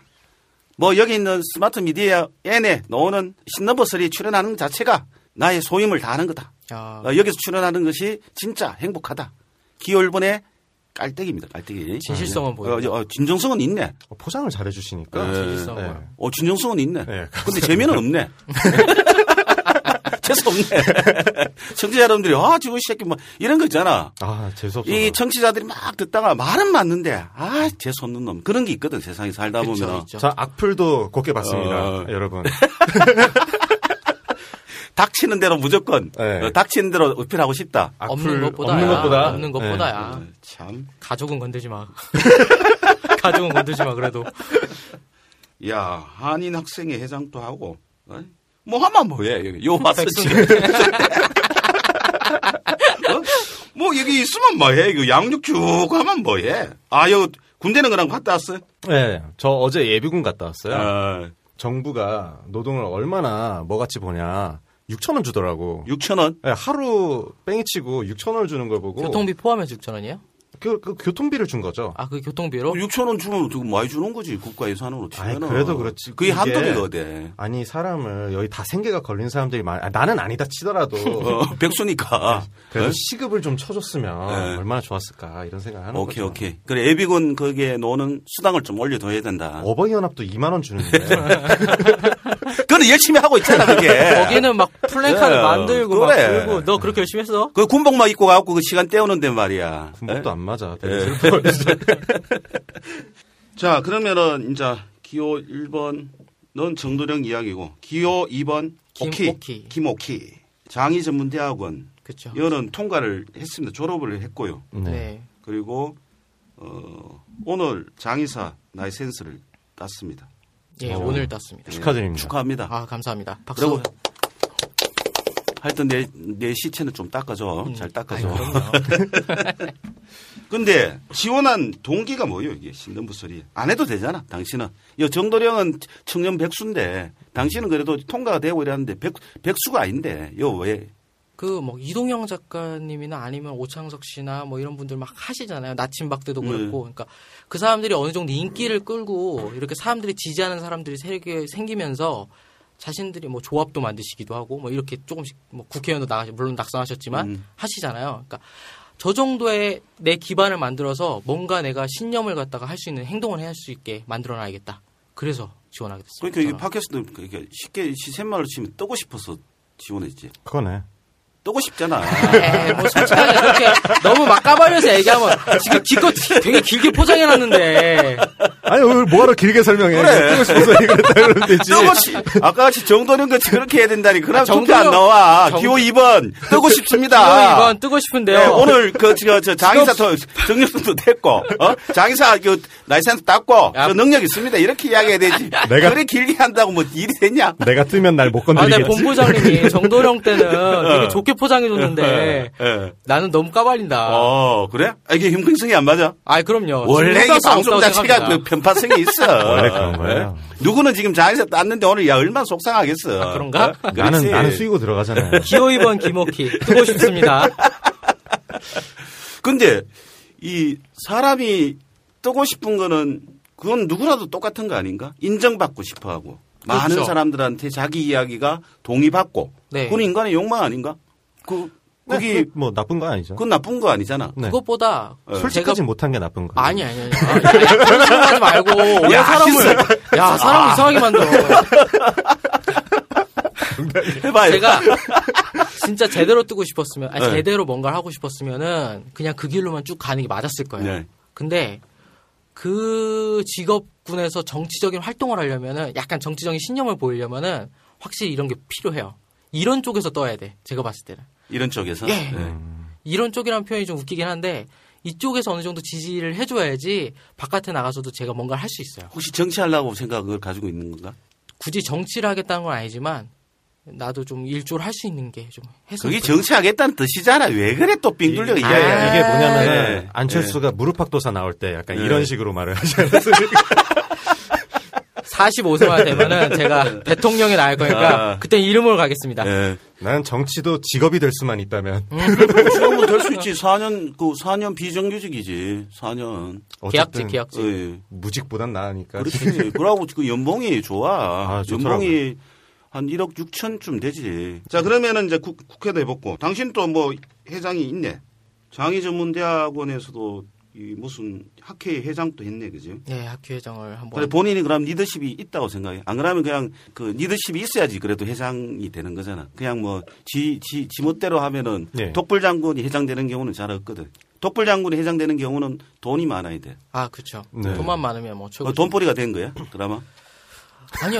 [SPEAKER 2] 뭐 여기 있는 스마트 미디어 N에 나오는 신넘버3 출연하는 자체가 나의 소임을 다하는 거다.
[SPEAKER 5] 야,
[SPEAKER 2] 어, 여기서 출연하는 것이 진짜 행복하다. 기월분의 깔때기입니다, 깔때기.
[SPEAKER 5] 진실성은
[SPEAKER 2] 어,
[SPEAKER 5] 보여.
[SPEAKER 2] 어, 진정성은 있네.
[SPEAKER 3] 뭐 포장을 잘해 주시니까
[SPEAKER 5] 진실성은
[SPEAKER 3] 네.
[SPEAKER 5] 보여.
[SPEAKER 2] 어, 진정성은 있네.
[SPEAKER 3] 네,
[SPEAKER 2] 근데 재미는 없네. 재수 없네. 청취자 여러분들이, 아, 지금 이 새끼 뭐, 이런 거 있잖아.
[SPEAKER 3] 아 재수없어.
[SPEAKER 2] 이 청취자들이 막 듣다가 말은 맞는데, 아, 재수 없는 놈. 그런 게 있거든, 세상에 살다
[SPEAKER 5] 그쵸,
[SPEAKER 2] 보면.
[SPEAKER 5] 있죠.
[SPEAKER 3] 자 악플도 곱게 봤습니다,
[SPEAKER 2] 어.
[SPEAKER 3] 여러분.
[SPEAKER 2] 닥치는 대로 무조건,
[SPEAKER 3] 네.
[SPEAKER 2] 어, 닥치는 대로 어필하고 싶다.
[SPEAKER 3] 악플
[SPEAKER 5] 아, 없는 것보다 네.
[SPEAKER 3] 없는
[SPEAKER 5] 야,
[SPEAKER 3] 것보다
[SPEAKER 5] 아, 없는
[SPEAKER 3] 예.
[SPEAKER 5] 것보다야.
[SPEAKER 2] 어, 참.
[SPEAKER 5] 가족은 건들지 마. 가족은 건들지 마 그래도.
[SPEAKER 2] 야, 한인 학생회 회장도 하고, 어? 뭐 하면 뭐해, 여기. 요 와서 지 어? 뭐 여기 있으면 뭐해, 이거 양육 쭉 하면 뭐해. 아, 요 군대는 그랑 갔다 왔어?
[SPEAKER 3] 네, 저 어제 예비군 갔다 왔어요. 아,
[SPEAKER 2] 어,
[SPEAKER 3] 정부가 노동을 얼마나 뭐같이 보냐 6천 원 주더라고.
[SPEAKER 2] 6천 원?
[SPEAKER 3] 예, 하루 뺑이 치고 6천 원을 주는 걸 보고
[SPEAKER 5] 교통비 포함해서 6천 원이에요?
[SPEAKER 3] 그, 그 교통비를 준 거죠.
[SPEAKER 5] 아 그 교통비로?
[SPEAKER 2] 6천 어, 원 주면 되게 많이 주는 거지, 국가 예산으로 치면.
[SPEAKER 3] 아이, 그래도 그렇지.
[SPEAKER 2] 그게
[SPEAKER 3] 이게-
[SPEAKER 2] 한돈이거든.
[SPEAKER 3] 아. 니 사람을 여기 다 생계가 걸린 사람들이 많. 아, 나는 아니다 치더라도
[SPEAKER 2] 어, 백수니까.
[SPEAKER 3] 그래도
[SPEAKER 2] 어?
[SPEAKER 3] 시급을 좀 쳐줬으면
[SPEAKER 2] 네.
[SPEAKER 3] 얼마나 좋았을까 이런 생각을 하는
[SPEAKER 2] 오케이,
[SPEAKER 3] 거죠.
[SPEAKER 2] 오케이. 그래, 예비군 거기에 노는 수당을 좀 올려둬야 된다.
[SPEAKER 3] 어버이연합도 2만 원 주는데.
[SPEAKER 2] 네. 그거는 열심히 하고 있잖아, 그게.
[SPEAKER 5] 네. 거기는 막 플랜카드
[SPEAKER 2] 예,
[SPEAKER 5] 만들고
[SPEAKER 2] 그래.
[SPEAKER 5] 막 들고 너 그렇게 열심히 했어?
[SPEAKER 2] 그 군복만 입고 가갖고 그 시간 때우는데 말이야.
[SPEAKER 3] 군복도
[SPEAKER 2] 에?
[SPEAKER 3] 안 맞아.
[SPEAKER 2] 예.
[SPEAKER 3] 되게 슬퍼요. 진짜.
[SPEAKER 2] 자, 그러면은 이제 기호 1번은 정도령 이야기고 기호 2번 오키,
[SPEAKER 5] 김오키.
[SPEAKER 2] 김오키 장의 전문 대학원
[SPEAKER 5] 그렇죠.
[SPEAKER 2] 이거는 통과를 했습니다. 졸업을 했고요.
[SPEAKER 5] 네.
[SPEAKER 3] 네.
[SPEAKER 2] 그리고 어, 오늘 장의사 라이센스를 땄습니다.
[SPEAKER 5] 예
[SPEAKER 3] 어.
[SPEAKER 5] 오늘 땄습니다.
[SPEAKER 3] 축하드립니다.
[SPEAKER 2] 네.
[SPEAKER 3] 아.
[SPEAKER 2] 축하합니다.
[SPEAKER 5] 아 감사합니다. 박수.
[SPEAKER 2] 그리고 하여튼 내, 내 시체는 좀 닦아줘.
[SPEAKER 3] 음.
[SPEAKER 2] 잘 닦아줘.
[SPEAKER 5] 아이, 그럼요.
[SPEAKER 2] 근데 지원한 동기가 뭐예요 이게 신동부 소리 안 해도 되잖아 당신은 이 정도령은 청년 백수인데 당신은 그래도 통과가 되고 이랬는데 백, 백수가 아닌데 요왜
[SPEAKER 5] 그 뭐 이동영 작가님이나 아니면 오창석 씨나 뭐 이런 분들 막 하시잖아요. 나침박 때도
[SPEAKER 2] 네.
[SPEAKER 5] 그렇고. 그러니까 그 사람들이 어느 정도 인기를 끌고 이렇게 사람들이 지지하는 사람들이 세계 생기면서 자신들이 뭐 조합도 만드시기도 하고 뭐 이렇게 조금씩 뭐 국회의원도 나가시 물론 낙선하셨지만
[SPEAKER 2] 음.
[SPEAKER 5] 하시잖아요. 그러니까 저 정도의 내 기반을 만들어서 뭔가 내가 신념을 갖다가 할 수 있는 행동을 할 수 있게 만들어놔야겠다. 그래서 지원하게 됐습니다.
[SPEAKER 2] 그러니까 이게
[SPEAKER 5] 저는.
[SPEAKER 2] 팟캐스트 그러니까 쉽게 시샘말로 치면 뜨고 싶어서 지원했지
[SPEAKER 3] 그거네.
[SPEAKER 2] 뜨고 싶잖아
[SPEAKER 5] 에이, 뭐 솔직하게 그렇게 너무 막 까발려서 얘기하면 지금 기껏 되게 길게 포장해놨는데
[SPEAKER 3] 아니 오늘 뭐하러 길게 설명해.
[SPEAKER 2] 그래.
[SPEAKER 3] 뜨고 싶어서 얘기를 했다 그러면 되지.
[SPEAKER 2] 뜨고 싶 아까 같이 정도령 같이 그렇게 해야 된다니 그럼 투표
[SPEAKER 5] 아, 정도령-
[SPEAKER 2] 안 나와
[SPEAKER 5] 정-
[SPEAKER 2] 기호 2번 뜨고 싶습니다
[SPEAKER 5] 이건 뜨고 싶은데요.
[SPEAKER 2] 아. 네, 오늘 그, 저, 저 장의사 더 정력도 됐고, 어? 장의사 그 라이센스 땄고,
[SPEAKER 5] 야.
[SPEAKER 2] 저 능력 있습니다. 이렇게 이야기해야 되지.
[SPEAKER 3] 내가-
[SPEAKER 2] 그래 길게 한다고 뭐 일이 되냐?
[SPEAKER 3] 내가 뜨면 날 못
[SPEAKER 5] 아,
[SPEAKER 3] 건드리겠지.
[SPEAKER 5] 근데 본부장님이 정도령 때는 되게 좋게 네. 포장해줬는데
[SPEAKER 2] 예.
[SPEAKER 5] 나는 너무 까발린다.
[SPEAKER 2] 어, 그래? 아, 이게 형평성이 안 맞아?
[SPEAKER 5] 아이 그럼요.
[SPEAKER 2] 원래 이게
[SPEAKER 5] 싸울 수
[SPEAKER 2] 방송
[SPEAKER 5] 어, 없다고
[SPEAKER 2] 자체가 그
[SPEAKER 5] 생각합니다.
[SPEAKER 2] 편파성이 있어.
[SPEAKER 3] 원래 그런 거예요.
[SPEAKER 2] 예? 누구는 지금 장의사 땄는데 오늘 야, 얼마나 속상하겠어.
[SPEAKER 5] 아, 그런가?
[SPEAKER 2] 어?
[SPEAKER 3] 나는
[SPEAKER 2] 그렇지.
[SPEAKER 3] 나는 수익고
[SPEAKER 2] 네. 그
[SPEAKER 3] 들어가잖아요.
[SPEAKER 5] 기호 2번 김옥희 뜨고 싶습니다.
[SPEAKER 2] 근데 이 사람이 뜨고 싶은 거는 그건 누구라도 똑같은 거 아닌가? 인정받고 싶어 하고. 많은
[SPEAKER 5] 그렇죠.
[SPEAKER 2] 사람들한테 자기 이야기가 동의받고.
[SPEAKER 5] 네.
[SPEAKER 2] 그건 인간의 욕망 아닌가? 그, 그게,
[SPEAKER 3] 그게 뭐 나쁜 건 아니죠.
[SPEAKER 2] 그건 나쁜 거 아니잖아.
[SPEAKER 3] 네.
[SPEAKER 5] 그것보다 제가
[SPEAKER 3] 솔직하지 못한 게 나쁜 거.
[SPEAKER 5] 아니 아니 아니. 하지 말고 왜
[SPEAKER 2] 야, 아.
[SPEAKER 5] 사람을 야 사람 이상하게 만들어.
[SPEAKER 2] 해봐요.
[SPEAKER 5] 제가 진짜 제대로 뜨고 싶었으면 아니,
[SPEAKER 2] 네.
[SPEAKER 5] 제대로 뭔가를 하고 싶었으면은 그냥 그 길로만 쭉 가는 게 맞았을 거예요.
[SPEAKER 2] 네.
[SPEAKER 5] 근데 그 직업군에서 정치적인 활동을 하려면은 약간 정치적인 신념을 보이려면은 확실히 이런 게 필요해요. 이런 쪽에서 떠야 돼. 제가 봤을 때는.
[SPEAKER 2] 이런 쪽에서.
[SPEAKER 5] 예.
[SPEAKER 2] 네.
[SPEAKER 5] 이런 쪽이라는 표현이 좀 웃기긴 한데 이쪽에서 어느 정도 지지를 해줘야지 바깥에 나가서도 제가 뭔가를 할 수 있어요.
[SPEAKER 2] 혹시 정치하려고 생각을 가지고 있는 건가?
[SPEAKER 5] 굳이 정치를 하겠다는 건 아니지만 나도 좀 일조를 할 수 있는 게 좀 했으면
[SPEAKER 2] 그게
[SPEAKER 5] 좋겠어요.
[SPEAKER 2] 정치하겠다는 뜻이잖아. 왜 그래 또 빙둘려
[SPEAKER 3] 이게,
[SPEAKER 5] 아.
[SPEAKER 3] 아,
[SPEAKER 2] 이야기야.
[SPEAKER 3] 이게 뭐냐면
[SPEAKER 2] 네.
[SPEAKER 3] 안철수가 무릎팍도사 나올 때 약간
[SPEAKER 2] 네.
[SPEAKER 3] 이런 식으로 말을 하지 않았습니까?
[SPEAKER 5] 45세만 되면은 제가 대통령에 나갈 거니까
[SPEAKER 2] 네. 아.
[SPEAKER 5] 그때 이름으로 가겠습니다.
[SPEAKER 2] 예.
[SPEAKER 3] 나는 정치도 직업이 될 수만 있다면
[SPEAKER 5] 음,
[SPEAKER 2] 그러면 뭐 될수 있지. 4년, 그 4년 비정규직이지. 4년.
[SPEAKER 5] 계약직,
[SPEAKER 3] 어쨌든
[SPEAKER 5] 계약직.
[SPEAKER 2] 예.
[SPEAKER 3] 무직보단 나으니까.
[SPEAKER 2] 그렇지. 그러고 그 연봉이 좋아.
[SPEAKER 3] 아, 좋더라고요.
[SPEAKER 2] 연봉이 한 1억 6천쯤 되지. 자, 그러면은 이제 국, 회도 해봤고, 당신 또 뭐 회장이 있네. 장애전문대학원에서도 이 무슨 학회 회장도 했네, 그지?
[SPEAKER 5] 네, 학교 회장을 한번.
[SPEAKER 2] 근데 본인이 그럼 리더십이 있다고 생각해. 안 그러면 그냥 그 리더십이 있어야지 그래도 회장이 되는 거잖아. 그냥 뭐 지, 지, 지멋대로 하면은
[SPEAKER 3] 네.
[SPEAKER 2] 독불 장군이 회장되는 경우는 잘 없거든. 독불 장군이 회장되는 경우는 돈이 많아야 돼.
[SPEAKER 5] 아, 그렇죠.
[SPEAKER 3] 네.
[SPEAKER 5] 돈만 많으면 뭐 최고.
[SPEAKER 2] 어, 돈벌이가 된 거야, 드라마?
[SPEAKER 5] 아니요.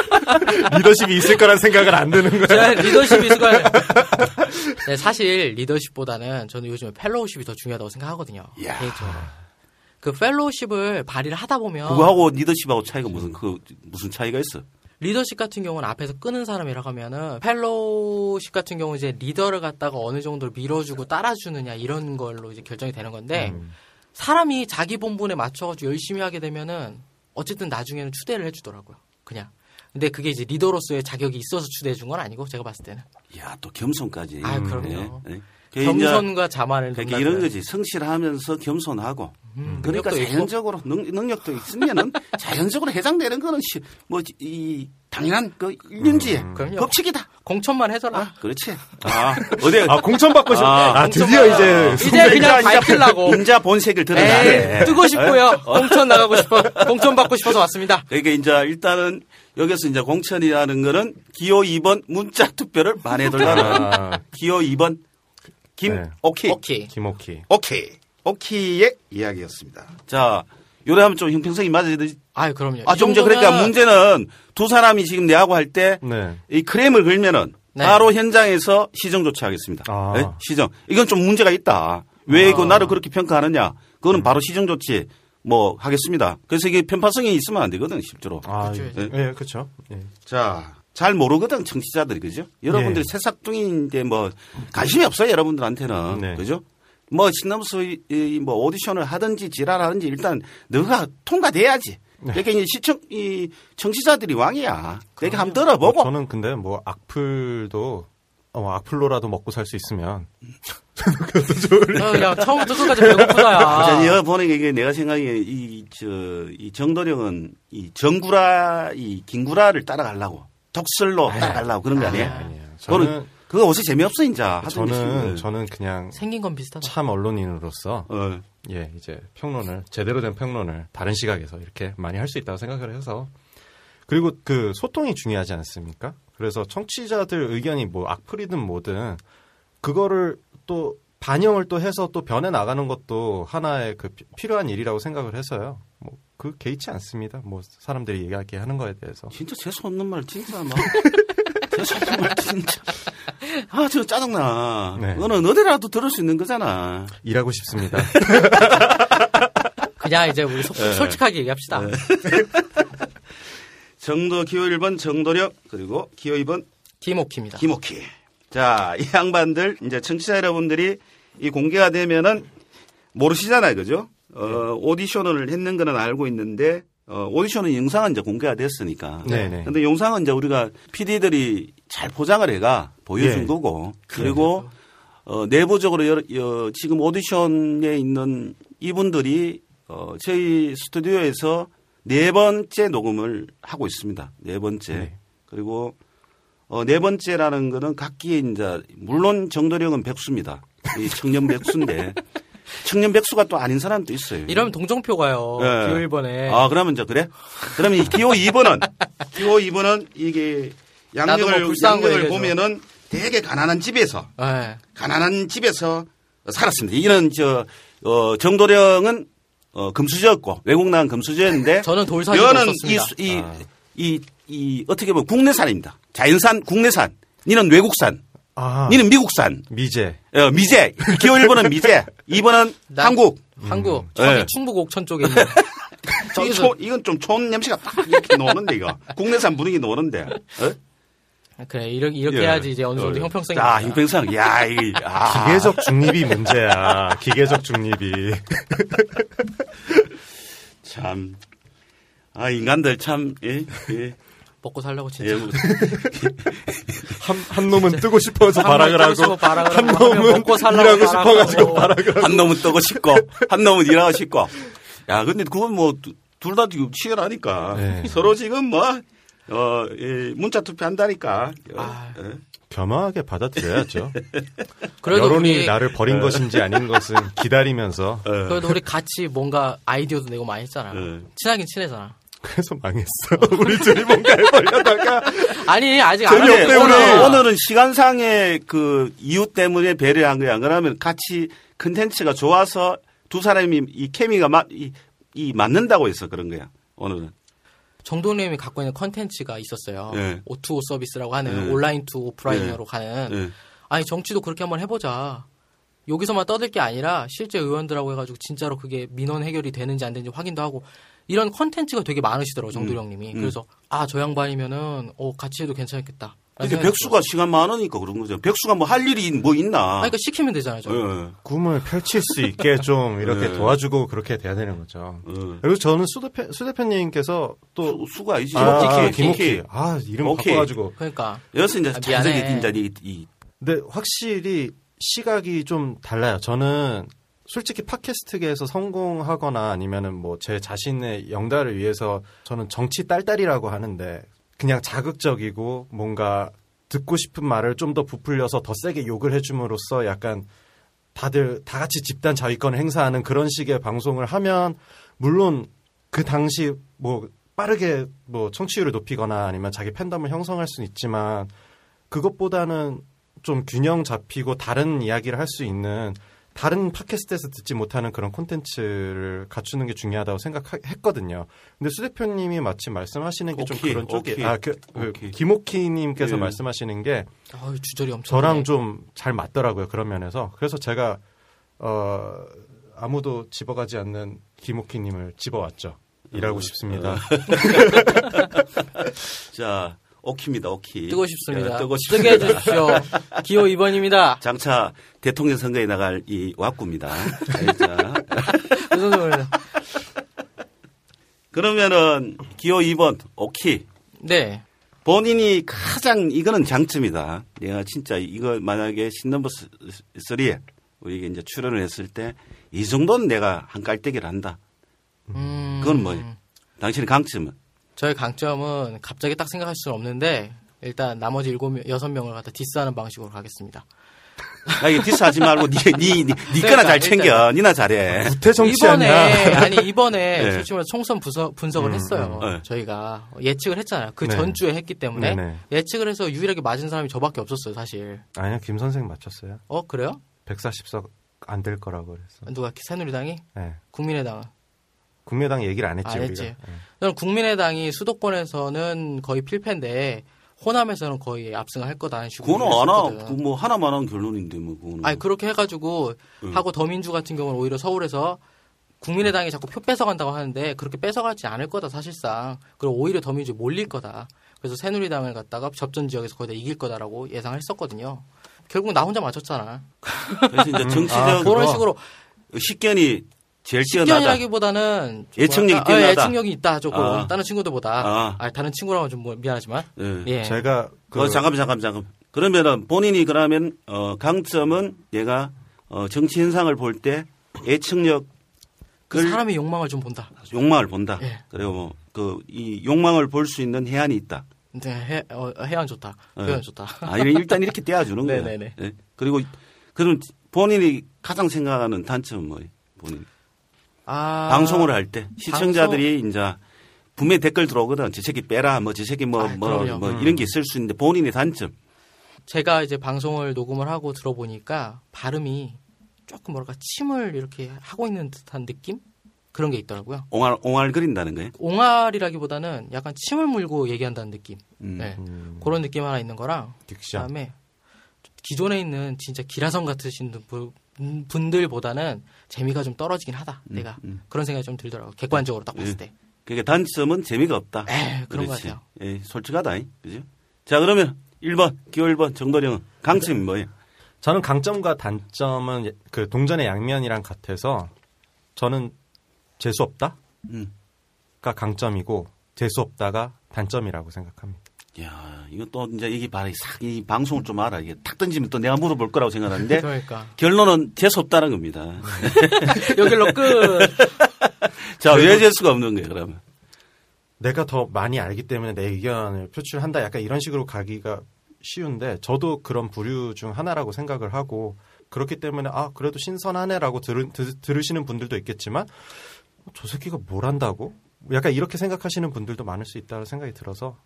[SPEAKER 3] 리더십이 있을 거란 생각을 안 드는 거야.
[SPEAKER 5] 제가 리더십이 있을 거예요. 네, 사실 리더십보다는 저는 요즘에 펠로우십이 더 중요하다고 생각하거든요.
[SPEAKER 2] 이야.
[SPEAKER 5] 개인적으로. 그 펠로우십을 발휘를 하다 보면
[SPEAKER 2] 그거하고 리더십하고 차이가 무슨 그 무슨 차이가 있어?
[SPEAKER 5] 리더십 같은 경우는 앞에서 끄는 사람이라고 하면은 펠로우십 같은 경우 이제 리더를 갖다가 어느 정도 밀어주고 따라주느냐 이런 걸로 이제 결정이 되는 건데
[SPEAKER 2] 음.
[SPEAKER 5] 사람이 자기 본분에 맞춰가지고 열심히 하게 되면은 어쨌든 나중에는 추대를 해주더라고요. 그냥. 근데 그게 이제 리더로서의 자격이 있어서 추대해준 건 아니고 제가 봤을 때는
[SPEAKER 2] 야, 또 겸손까지.
[SPEAKER 5] 아유, 그럼요.
[SPEAKER 2] 예, 예. 그게 이제
[SPEAKER 5] 겸손과 자만을
[SPEAKER 2] 그러니까
[SPEAKER 5] 논다는-
[SPEAKER 2] 이런 거지. 성실하면서 겸손하고. 그러니까
[SPEAKER 5] 능력도 있고.
[SPEAKER 2] 자연적으로 능, 력도 있으면은 자연적으로 해당되는 거는 시- 뭐, 이, 당연한 그 윤지의
[SPEAKER 5] 그럼요.
[SPEAKER 2] 법칙이다.
[SPEAKER 5] 공천만 해줘라.
[SPEAKER 2] 아, 그렇지. 아, 어디,
[SPEAKER 3] 아 공천 받고 싶어.
[SPEAKER 2] 아,
[SPEAKER 3] 아, 드디어 이제
[SPEAKER 5] 이제 그냥
[SPEAKER 2] 인자-
[SPEAKER 5] 밝히려고.
[SPEAKER 2] 인자 본색을 드러내.
[SPEAKER 5] 에이, 뜨고 싶고요. 공천 나가고 싶어. 공천 받고 싶어서 왔습니다.
[SPEAKER 2] 그러니까 이제 일단은 여기서 이제 공천이라는 거는 기호 2번 문자 투표를 반해달라는
[SPEAKER 3] 아,
[SPEAKER 2] 기호 2번
[SPEAKER 3] 네.
[SPEAKER 2] 김오키
[SPEAKER 5] 오케이.
[SPEAKER 3] 김옥희.
[SPEAKER 2] 오케이 오키의 이야기였습니다. 자 요래 하면 좀 형평성이 맞아야 되지.
[SPEAKER 5] 아유, 그럼요.
[SPEAKER 2] 아,
[SPEAKER 5] 이
[SPEAKER 2] 좀 이제
[SPEAKER 5] 정도면-
[SPEAKER 2] 그러니까 문제는 두 사람이 지금 내하고 할 때 이
[SPEAKER 3] 네.
[SPEAKER 2] 크레임을 걸면은
[SPEAKER 5] 네.
[SPEAKER 2] 바로 현장에서 시정 조치하겠습니다.
[SPEAKER 3] 아.
[SPEAKER 2] 네? 시정 이건 좀 문제가 있다. 왜 이거 나를 그렇게 평가하느냐?
[SPEAKER 3] 네.
[SPEAKER 2] 그거는 바로 시정 조치 뭐 하겠습니다. 그래서 이게 편파성이 있으면 안 되거든 실제로.
[SPEAKER 3] 아,
[SPEAKER 5] 그쵸,
[SPEAKER 3] 예, 그렇죠.
[SPEAKER 2] 자, 잘 모르거든 청취자들이 그죠? 여러분들이
[SPEAKER 3] 네.
[SPEAKER 2] 새싹둥이인데 뭐 관심이 없어요 여러분들한테는
[SPEAKER 3] 네.
[SPEAKER 2] 그죠? 뭐 신남수 이뭐 오디션을 하든지 지랄하든지 일단 너가 통과돼야지.
[SPEAKER 3] 네.
[SPEAKER 2] 그러니까 이렇게 이제 시청 이 청취자들이 왕이야. 이렇게 한번 들어보고
[SPEAKER 3] 뭐 저는 근데 뭐 악플도 어, 악플로라도 먹고 살 수 있으면
[SPEAKER 5] 어, 야, 네. 야, 처음부터 끝까지
[SPEAKER 3] 아.
[SPEAKER 5] 배고프다야.
[SPEAKER 2] 전혀 보는 게 아, 이게 내가 생각에 이저이 정도령은 이 정구라 이 김구라를 따라가려고 독설로 따라가려고 그런 거 아니야?
[SPEAKER 3] 아, 아니에요.
[SPEAKER 2] 그거는
[SPEAKER 3] 네. 저는
[SPEAKER 2] 그거 옷이 재미없어 인자. 하던 짓을.
[SPEAKER 3] 저는 저는 그냥
[SPEAKER 5] 생긴 건 비슷하다.
[SPEAKER 3] 참 언론인으로서
[SPEAKER 2] 어.
[SPEAKER 3] 예 이제 평론을 제대로 된 평론을 다른 시각에서 이렇게 많이 할 수 있다고 생각을 해서 그리고 그 소통이 중요하지 않습니까? 그래서 청취자들 의견이 뭐 악플이든 뭐든 그거를 또 반영을 또 해서 또 변해 나가는 것도 하나의 그 피- 필요한 일이라고 생각을 해서요. 뭐 그 개의치 않습니다. 뭐 사람들이 얘기하게 하는 거에 대해서.
[SPEAKER 2] 진짜 재수 없는 말 진짜 막 재수 없는 말 진짜 아 저 짜증나.
[SPEAKER 3] 네.
[SPEAKER 2] 그거는 어디라도 들을 수 있는 거잖아.
[SPEAKER 3] 일하고 싶습니다.
[SPEAKER 5] 그냥 이제 우리 소- 솔직하게 얘기합시다.
[SPEAKER 2] 정도 기호 1번 정도력 그리고 기호 2번
[SPEAKER 5] 김옥희입니다.
[SPEAKER 2] 김옥희. 자, 이 양반들 이제 청취자 여러분들이 이 공개가 되면은 모르시잖아요, 그죠?
[SPEAKER 3] 네.
[SPEAKER 2] 어, 오디션을 했는 거는 알고 있는데 어, 오디션은 영상은 이제 공개가 됐으니까.
[SPEAKER 3] 네네.
[SPEAKER 2] 근데 영상은 이제 우리가 PD들이 잘 포장을 해가 보여준
[SPEAKER 3] 예.
[SPEAKER 2] 거고 그리고 어, 내부적으로 여러- 여- 지금 오디션에 있는 이분들이 어, 저희 스튜디오에서 네 번째 녹음을 하고 있습니다. 네 번째.
[SPEAKER 3] 네.
[SPEAKER 2] 그리고 어, 네 번째라는 거는 각기의 이제 물론 정도령은 백수입니다. 이 청년 백수인데 청년 백수가 또 아닌 사람도 있어요.
[SPEAKER 5] 이러면 동정표가요.
[SPEAKER 2] 예.
[SPEAKER 5] 어, 기호 1번에.
[SPEAKER 2] 아 그러면 이제 그래? 그러면 이 기호 2번은 기호 2번은 이게
[SPEAKER 5] 나도
[SPEAKER 2] 양력을
[SPEAKER 5] 뭐 불쌍한 거
[SPEAKER 2] 양력을
[SPEAKER 5] 얘기해줘.
[SPEAKER 2] 보면은 되게 가난한 집에서
[SPEAKER 5] 예.
[SPEAKER 2] 가난한 집에서 살았습니다. 이는 저 어, 정도령은 어, 금수저였고 외국 나온 금수저였는데
[SPEAKER 5] 저는 돌산이
[SPEAKER 2] 여는
[SPEAKER 5] 없었습니다.
[SPEAKER 2] 이이
[SPEAKER 3] 아.
[SPEAKER 2] 이, 이 어떻게 보면 국내산입니다. 자연산, 국내산. 니는 외국산.
[SPEAKER 3] 아,
[SPEAKER 2] 니는 미국산.
[SPEAKER 3] 미제.
[SPEAKER 2] 어, 미제. 기호 1번은 미제. 2번은
[SPEAKER 5] 난-
[SPEAKER 2] 한국.
[SPEAKER 5] 한국 음. 네. 저기
[SPEAKER 2] 예.
[SPEAKER 5] 충북 옥천 쪽에 있는
[SPEAKER 2] 저
[SPEAKER 5] 뒤에서-
[SPEAKER 2] 초- 이건 좀촌 냄새가 딱 이렇게 노는데 이거. 국내산 분위기 노는데. 어?
[SPEAKER 5] 그래 이렇게, 이렇게
[SPEAKER 2] 예.
[SPEAKER 5] 해야지 이제 어느 정도
[SPEAKER 2] 어,
[SPEAKER 5] 형평성이
[SPEAKER 2] 자,
[SPEAKER 5] 있다.
[SPEAKER 2] 형평성. 야, 이 아.
[SPEAKER 3] 기계적 중립이 문제야. 기계적 중립이.
[SPEAKER 2] 참. 아, 인간들 참. 예. 예.
[SPEAKER 5] 먹고 살려고 진짜
[SPEAKER 2] 예. 뭐.
[SPEAKER 3] 한, 한 놈은 뜨고 싶어서
[SPEAKER 5] 한
[SPEAKER 3] 발악을
[SPEAKER 5] 놈은 뜨고
[SPEAKER 3] 하고,
[SPEAKER 5] 싶어 발악을
[SPEAKER 3] 한
[SPEAKER 5] 하고,
[SPEAKER 3] 놈은
[SPEAKER 5] 먹고 살라고
[SPEAKER 3] 일하고
[SPEAKER 5] 발악하고.
[SPEAKER 3] 싶어가지고 발악을 하고.
[SPEAKER 2] 한 놈은 뜨고 싶고 한 놈은 일하고 싶고. 야, 근데 그건 뭐 둘 다 지금 치열하니까
[SPEAKER 3] 네.
[SPEAKER 2] 서로 지금 뭐 어, 예, 문자 투표 한다니까.
[SPEAKER 5] 아.
[SPEAKER 2] 예.
[SPEAKER 3] 겸허하게 받아들여야죠.
[SPEAKER 5] 그래도
[SPEAKER 3] 여론이
[SPEAKER 5] 우리
[SPEAKER 3] 나를 버린 것인지 아닌 것은 기다리면서.
[SPEAKER 2] 예.
[SPEAKER 5] 그래도 우리 같이 뭔가 아이디어도 내고 많이 했잖아
[SPEAKER 2] 예.
[SPEAKER 5] 친하긴 친해잖아
[SPEAKER 3] 그래서 망했어. 우리 둘이 뭔가에 걸려다가.
[SPEAKER 5] 아니 아직 안
[SPEAKER 2] 근데
[SPEAKER 5] 하고
[SPEAKER 2] 오늘,
[SPEAKER 5] 있잖아.
[SPEAKER 2] 오늘은 시간상의 그 이유 때문에 배려한 거야. 안 그러면 같이 컨텐츠가 좋아서 두 사람이 이 케미가 맞, 이, 이 맞는다고 해서 그런 거야. 오늘은.
[SPEAKER 5] 정동님이 갖고 있는 컨텐츠가 있었어요
[SPEAKER 2] 예.
[SPEAKER 5] O2O 서비스라고 하는
[SPEAKER 2] 예.
[SPEAKER 5] 온라인 투 오프라인으로
[SPEAKER 2] 예.
[SPEAKER 5] 가는
[SPEAKER 2] 예.
[SPEAKER 5] 아니 정치도 그렇게 한번 해보자 여기서만 떠들 게 아니라 실제 의원들하고 해가지고 진짜로 그게 민원 해결이 되는지 안 되는지 확인도 하고 이런 컨텐츠가 되게 많으시더라고 정도령님이
[SPEAKER 2] 음.
[SPEAKER 5] 그래서 아 저 양반이면은 어 같이 해도 괜찮겠다
[SPEAKER 2] 근데 백수가 시간 많으니까 그런 거죠. 백수가 뭐 할 일이 뭐 있나.
[SPEAKER 5] 아니, 그러니까 시키면 되잖아요. 저.
[SPEAKER 2] 예.
[SPEAKER 3] 꿈을 펼칠 수 있게 좀 이렇게
[SPEAKER 2] 네.
[SPEAKER 3] 도와주고 그렇게 돼야 되는 거죠.
[SPEAKER 2] 예.
[SPEAKER 3] 그리고 저는 수 대표, 수 대표님께서 또.
[SPEAKER 2] 수- 수가 아니지.
[SPEAKER 3] 아,
[SPEAKER 2] 김옥희, 김옥희.
[SPEAKER 3] 김옥희. 아, 이름
[SPEAKER 2] 오케이.
[SPEAKER 3] 바꿔가지고.
[SPEAKER 5] 그러니까
[SPEAKER 2] 여기서 이제
[SPEAKER 5] 아,
[SPEAKER 2] 자세히
[SPEAKER 5] 미안해.
[SPEAKER 2] 이제 이, 이
[SPEAKER 3] 근데 확실히 시각이 좀 달라요. 저는 솔직히 팟캐스트계에서 성공하거나 아니면은 뭐 제 자신의 영달을 위해서 저는 정치 딸딸이라고 하는데 그냥 자극적이고 뭔가 듣고 싶은 말을 좀 더 부풀려서 더 세게 욕을 해줌으로써 약간 다들 다 같이 집단 자위권을 행사하는 그런 식의 방송을 하면 물론 그 당시 뭐 빠르게 뭐 청취율을 높이거나 아니면 자기 팬덤을 형성할 수는 있지만 그것보다는 좀 균형 잡히고 다른 이야기를 할 수 있는 다른 팟캐스트에서 듣지 못하는 그런 콘텐츠를 갖추는 게 중요하다고 생각했거든요. 근데 수 대표님이 마침 말씀하시는 게 좀
[SPEAKER 2] 오케이,
[SPEAKER 3] 그런 쪽이
[SPEAKER 2] 오케이,
[SPEAKER 3] 아, 그, 그
[SPEAKER 2] 오케이.
[SPEAKER 3] 김옥희님께서
[SPEAKER 2] 예.
[SPEAKER 3] 말씀하시는 게
[SPEAKER 5] 어휴, 주저리 엄청.
[SPEAKER 3] 저랑
[SPEAKER 5] 네.
[SPEAKER 3] 좀 잘 맞더라고요 그런 면에서 그래서 제가 어 아무도 집어가지 않는
[SPEAKER 5] 어,
[SPEAKER 3] 김옥희님을 집어왔죠 일하고 싶습니다
[SPEAKER 2] 자, 오키입니다. 오키.
[SPEAKER 5] 뜨고 싶습니다.
[SPEAKER 2] 예, 뜨고 싶습니다.
[SPEAKER 5] 뜨게 해주십시오. 기호 2번입니다.
[SPEAKER 2] 장차 대통령 선거에 나갈 이 왁구입니다. 자,
[SPEAKER 5] 그
[SPEAKER 2] 그러면은 기호 2번 오키.
[SPEAKER 5] 네.
[SPEAKER 2] 본인이 가장 이거는 장점이다. 내가 진짜 이거 만약에 신넘버 3에 우리가 이제 출연을 했을 때 이 정도는 내가 한 깔때기를 한다.
[SPEAKER 5] 음,
[SPEAKER 2] 그건 뭐예요? 당신의 강점은
[SPEAKER 5] 저의 강점은 갑자기 딱 생각할 수는 없는데 일단 나머지 일곱 명- 여섯 명을 갖다 디스하는 방식으로 가겠습니다.
[SPEAKER 2] 나 이거 디스하지 말고 니니 니, 니 거나
[SPEAKER 5] 그러니까,
[SPEAKER 2] 잘 챙겨. 니나 잘해.
[SPEAKER 3] 구태 정치 아니야.
[SPEAKER 5] 이번에 아니 이번에
[SPEAKER 2] 네.
[SPEAKER 5] 솔직히 말해서 총선 분석, 분석을 했어요.
[SPEAKER 2] 네.
[SPEAKER 5] 저희가 예측을 했잖아요. 그
[SPEAKER 3] 네.
[SPEAKER 5] 전주에 했기 때문에
[SPEAKER 3] 네네.
[SPEAKER 5] 예측을 해서 유일하게 맞은 사람이 저밖에 없었어요, 사실.
[SPEAKER 3] 아니요, 김 선생 맞췄어요.
[SPEAKER 5] 어 그래요?
[SPEAKER 3] 140석 안 될 거라고 그랬어.
[SPEAKER 5] 누가 새누리당이
[SPEAKER 3] 네.
[SPEAKER 5] 국민의당.
[SPEAKER 3] 국민의당 얘기를 안 했지
[SPEAKER 5] 안
[SPEAKER 3] 우리가.
[SPEAKER 5] 아, 했지.
[SPEAKER 3] 네.
[SPEAKER 5] 저는 국민의당이 수도권에서는 거의 필패인데 호남에서는 거의 압승을 할 거다 하는 식으로.
[SPEAKER 2] 그거는 하나
[SPEAKER 5] 얘기했었거든.
[SPEAKER 2] 그뭐 하나만 한 결론인데 뭐 그거는.
[SPEAKER 5] 아니 그렇게 해가지고
[SPEAKER 2] 음.
[SPEAKER 5] 하고 더민주 같은 경우는 오히려 서울에서 국민의당이 자꾸 표 뺏어간다고 하는데 그렇게 뺏어가지 않을 거다 사실상 그리고 오히려 더민주 몰릴 거다 그래서 새누리당을 갖다가 접전 지역에서 거의 다 이길 거다라고 예상했었거든요 결국 나 혼자 맞췄잖아
[SPEAKER 2] 그래서 이제
[SPEAKER 3] 아,
[SPEAKER 2] 정치적
[SPEAKER 5] 음.
[SPEAKER 2] 뭐
[SPEAKER 5] 그런
[SPEAKER 3] 그거.
[SPEAKER 5] 식으로
[SPEAKER 2] 식견이 제일 뛰어나다.
[SPEAKER 5] 편견이라기보다는
[SPEAKER 2] 아,
[SPEAKER 5] 좀
[SPEAKER 2] 예측력이
[SPEAKER 5] 약간- 아,
[SPEAKER 2] 뛰어나다.
[SPEAKER 5] 예측력이 있다 조금
[SPEAKER 2] 아.
[SPEAKER 5] 다른 친구들보다
[SPEAKER 2] 아.
[SPEAKER 5] 아. 다른 친구랑은 좀 뭐- 미안하지만
[SPEAKER 2] 예.
[SPEAKER 5] 예
[SPEAKER 3] 제가 그
[SPEAKER 2] 어, 잠깐만, 잠깐만, 잠깐만. 그러면은 본인이 그러면 어, 강점은 얘가 어, 정치 현상을 볼 때 예측력을
[SPEAKER 5] 그 사람의 욕망을 좀 본다
[SPEAKER 2] 욕망을 본다.
[SPEAKER 5] 예.
[SPEAKER 2] 그리고 뭐그이 욕망을 볼 수 있는 해안이 있다.
[SPEAKER 5] 근데 해, 어, 해안 좋다
[SPEAKER 2] 예.
[SPEAKER 5] 표현 좋다
[SPEAKER 2] 아니면 일단 이렇게 떼어주는 거야.
[SPEAKER 5] 네네네.
[SPEAKER 2] 예. 그리고 그럼 본인이 가장 생각하는 단점은 뭐예요? 본인
[SPEAKER 5] 아.
[SPEAKER 2] 방송을 할 때 시청자들이 이제 분명히 댓글 들어오거든. 제 새끼 빼라, 뭐 제 새끼 뭐 뭐
[SPEAKER 5] 아,
[SPEAKER 2] 뭐
[SPEAKER 5] 그럼요.
[SPEAKER 2] 이런 게 있을 수 있는데 본인의 단점.
[SPEAKER 5] 제가 이제 방송을 녹음을 하고 들어보니까 발음이 조금 뭐랄까 침을 이렇게 하고 있는 듯한 느낌 그런 게 있더라고요.
[SPEAKER 2] 옹알 옹알거린다는 거예요.
[SPEAKER 5] 옹알이라기보다는 약간 침을 물고 얘기한다는 느낌.
[SPEAKER 2] 음.
[SPEAKER 5] 네.
[SPEAKER 3] 음,
[SPEAKER 5] 그런 느낌 하나 있는 거랑
[SPEAKER 3] 딕션.
[SPEAKER 5] 그다음에 기존에 있는 진짜 기라성 같으신 분- 분들보다는 재미가 좀 떨어지긴 하다. 내가
[SPEAKER 2] 음.
[SPEAKER 5] 그런 생각이 좀 들더라고. 요 객관적으로 딱 봤을 때.
[SPEAKER 2] 그게 그러니까 단점은 재미가 없다.
[SPEAKER 5] 에, 그런 것
[SPEAKER 2] 그렇지.
[SPEAKER 5] 같아요.
[SPEAKER 2] 예, 솔직하다. 잉? 그죠? 자, 그러면 1번, 기호 1번, 정도령은
[SPEAKER 5] 네.
[SPEAKER 2] 강점이 뭐예요?
[SPEAKER 3] 저는 강점과 단점은 예- 그 동전의 양면이랑 같아서 저는 재수 없다가
[SPEAKER 2] 음.
[SPEAKER 3] 강점이고 재수 없다가 단점이라고 생각합니다.
[SPEAKER 2] 야, 이거 또 이제 이게 바로 싹, 이 방송을 좀 알아. 이게 탁 던지면 또 내가 물어볼 거라고 생각하는데
[SPEAKER 5] 그러니까
[SPEAKER 2] 결론은 재수 없다는 겁니다.
[SPEAKER 5] 여기로 끝.
[SPEAKER 2] 자, 왜 재수가 없는 거예요, 그러면?
[SPEAKER 3] 내가 더 많이 알기 때문에 내 의견을 표출한다. 약간 이런 식으로 가기가 쉬운데 저도 그런 부류 중 하나라고 생각을 하고 그렇기 때문에 아 그래도 신선하네라고 들으, 시는 분들도 있겠지만 어, 저 새끼가 뭘 한다고? 약간 이렇게 생각하시는 분들도 많을 수 있다는 생각이 들어서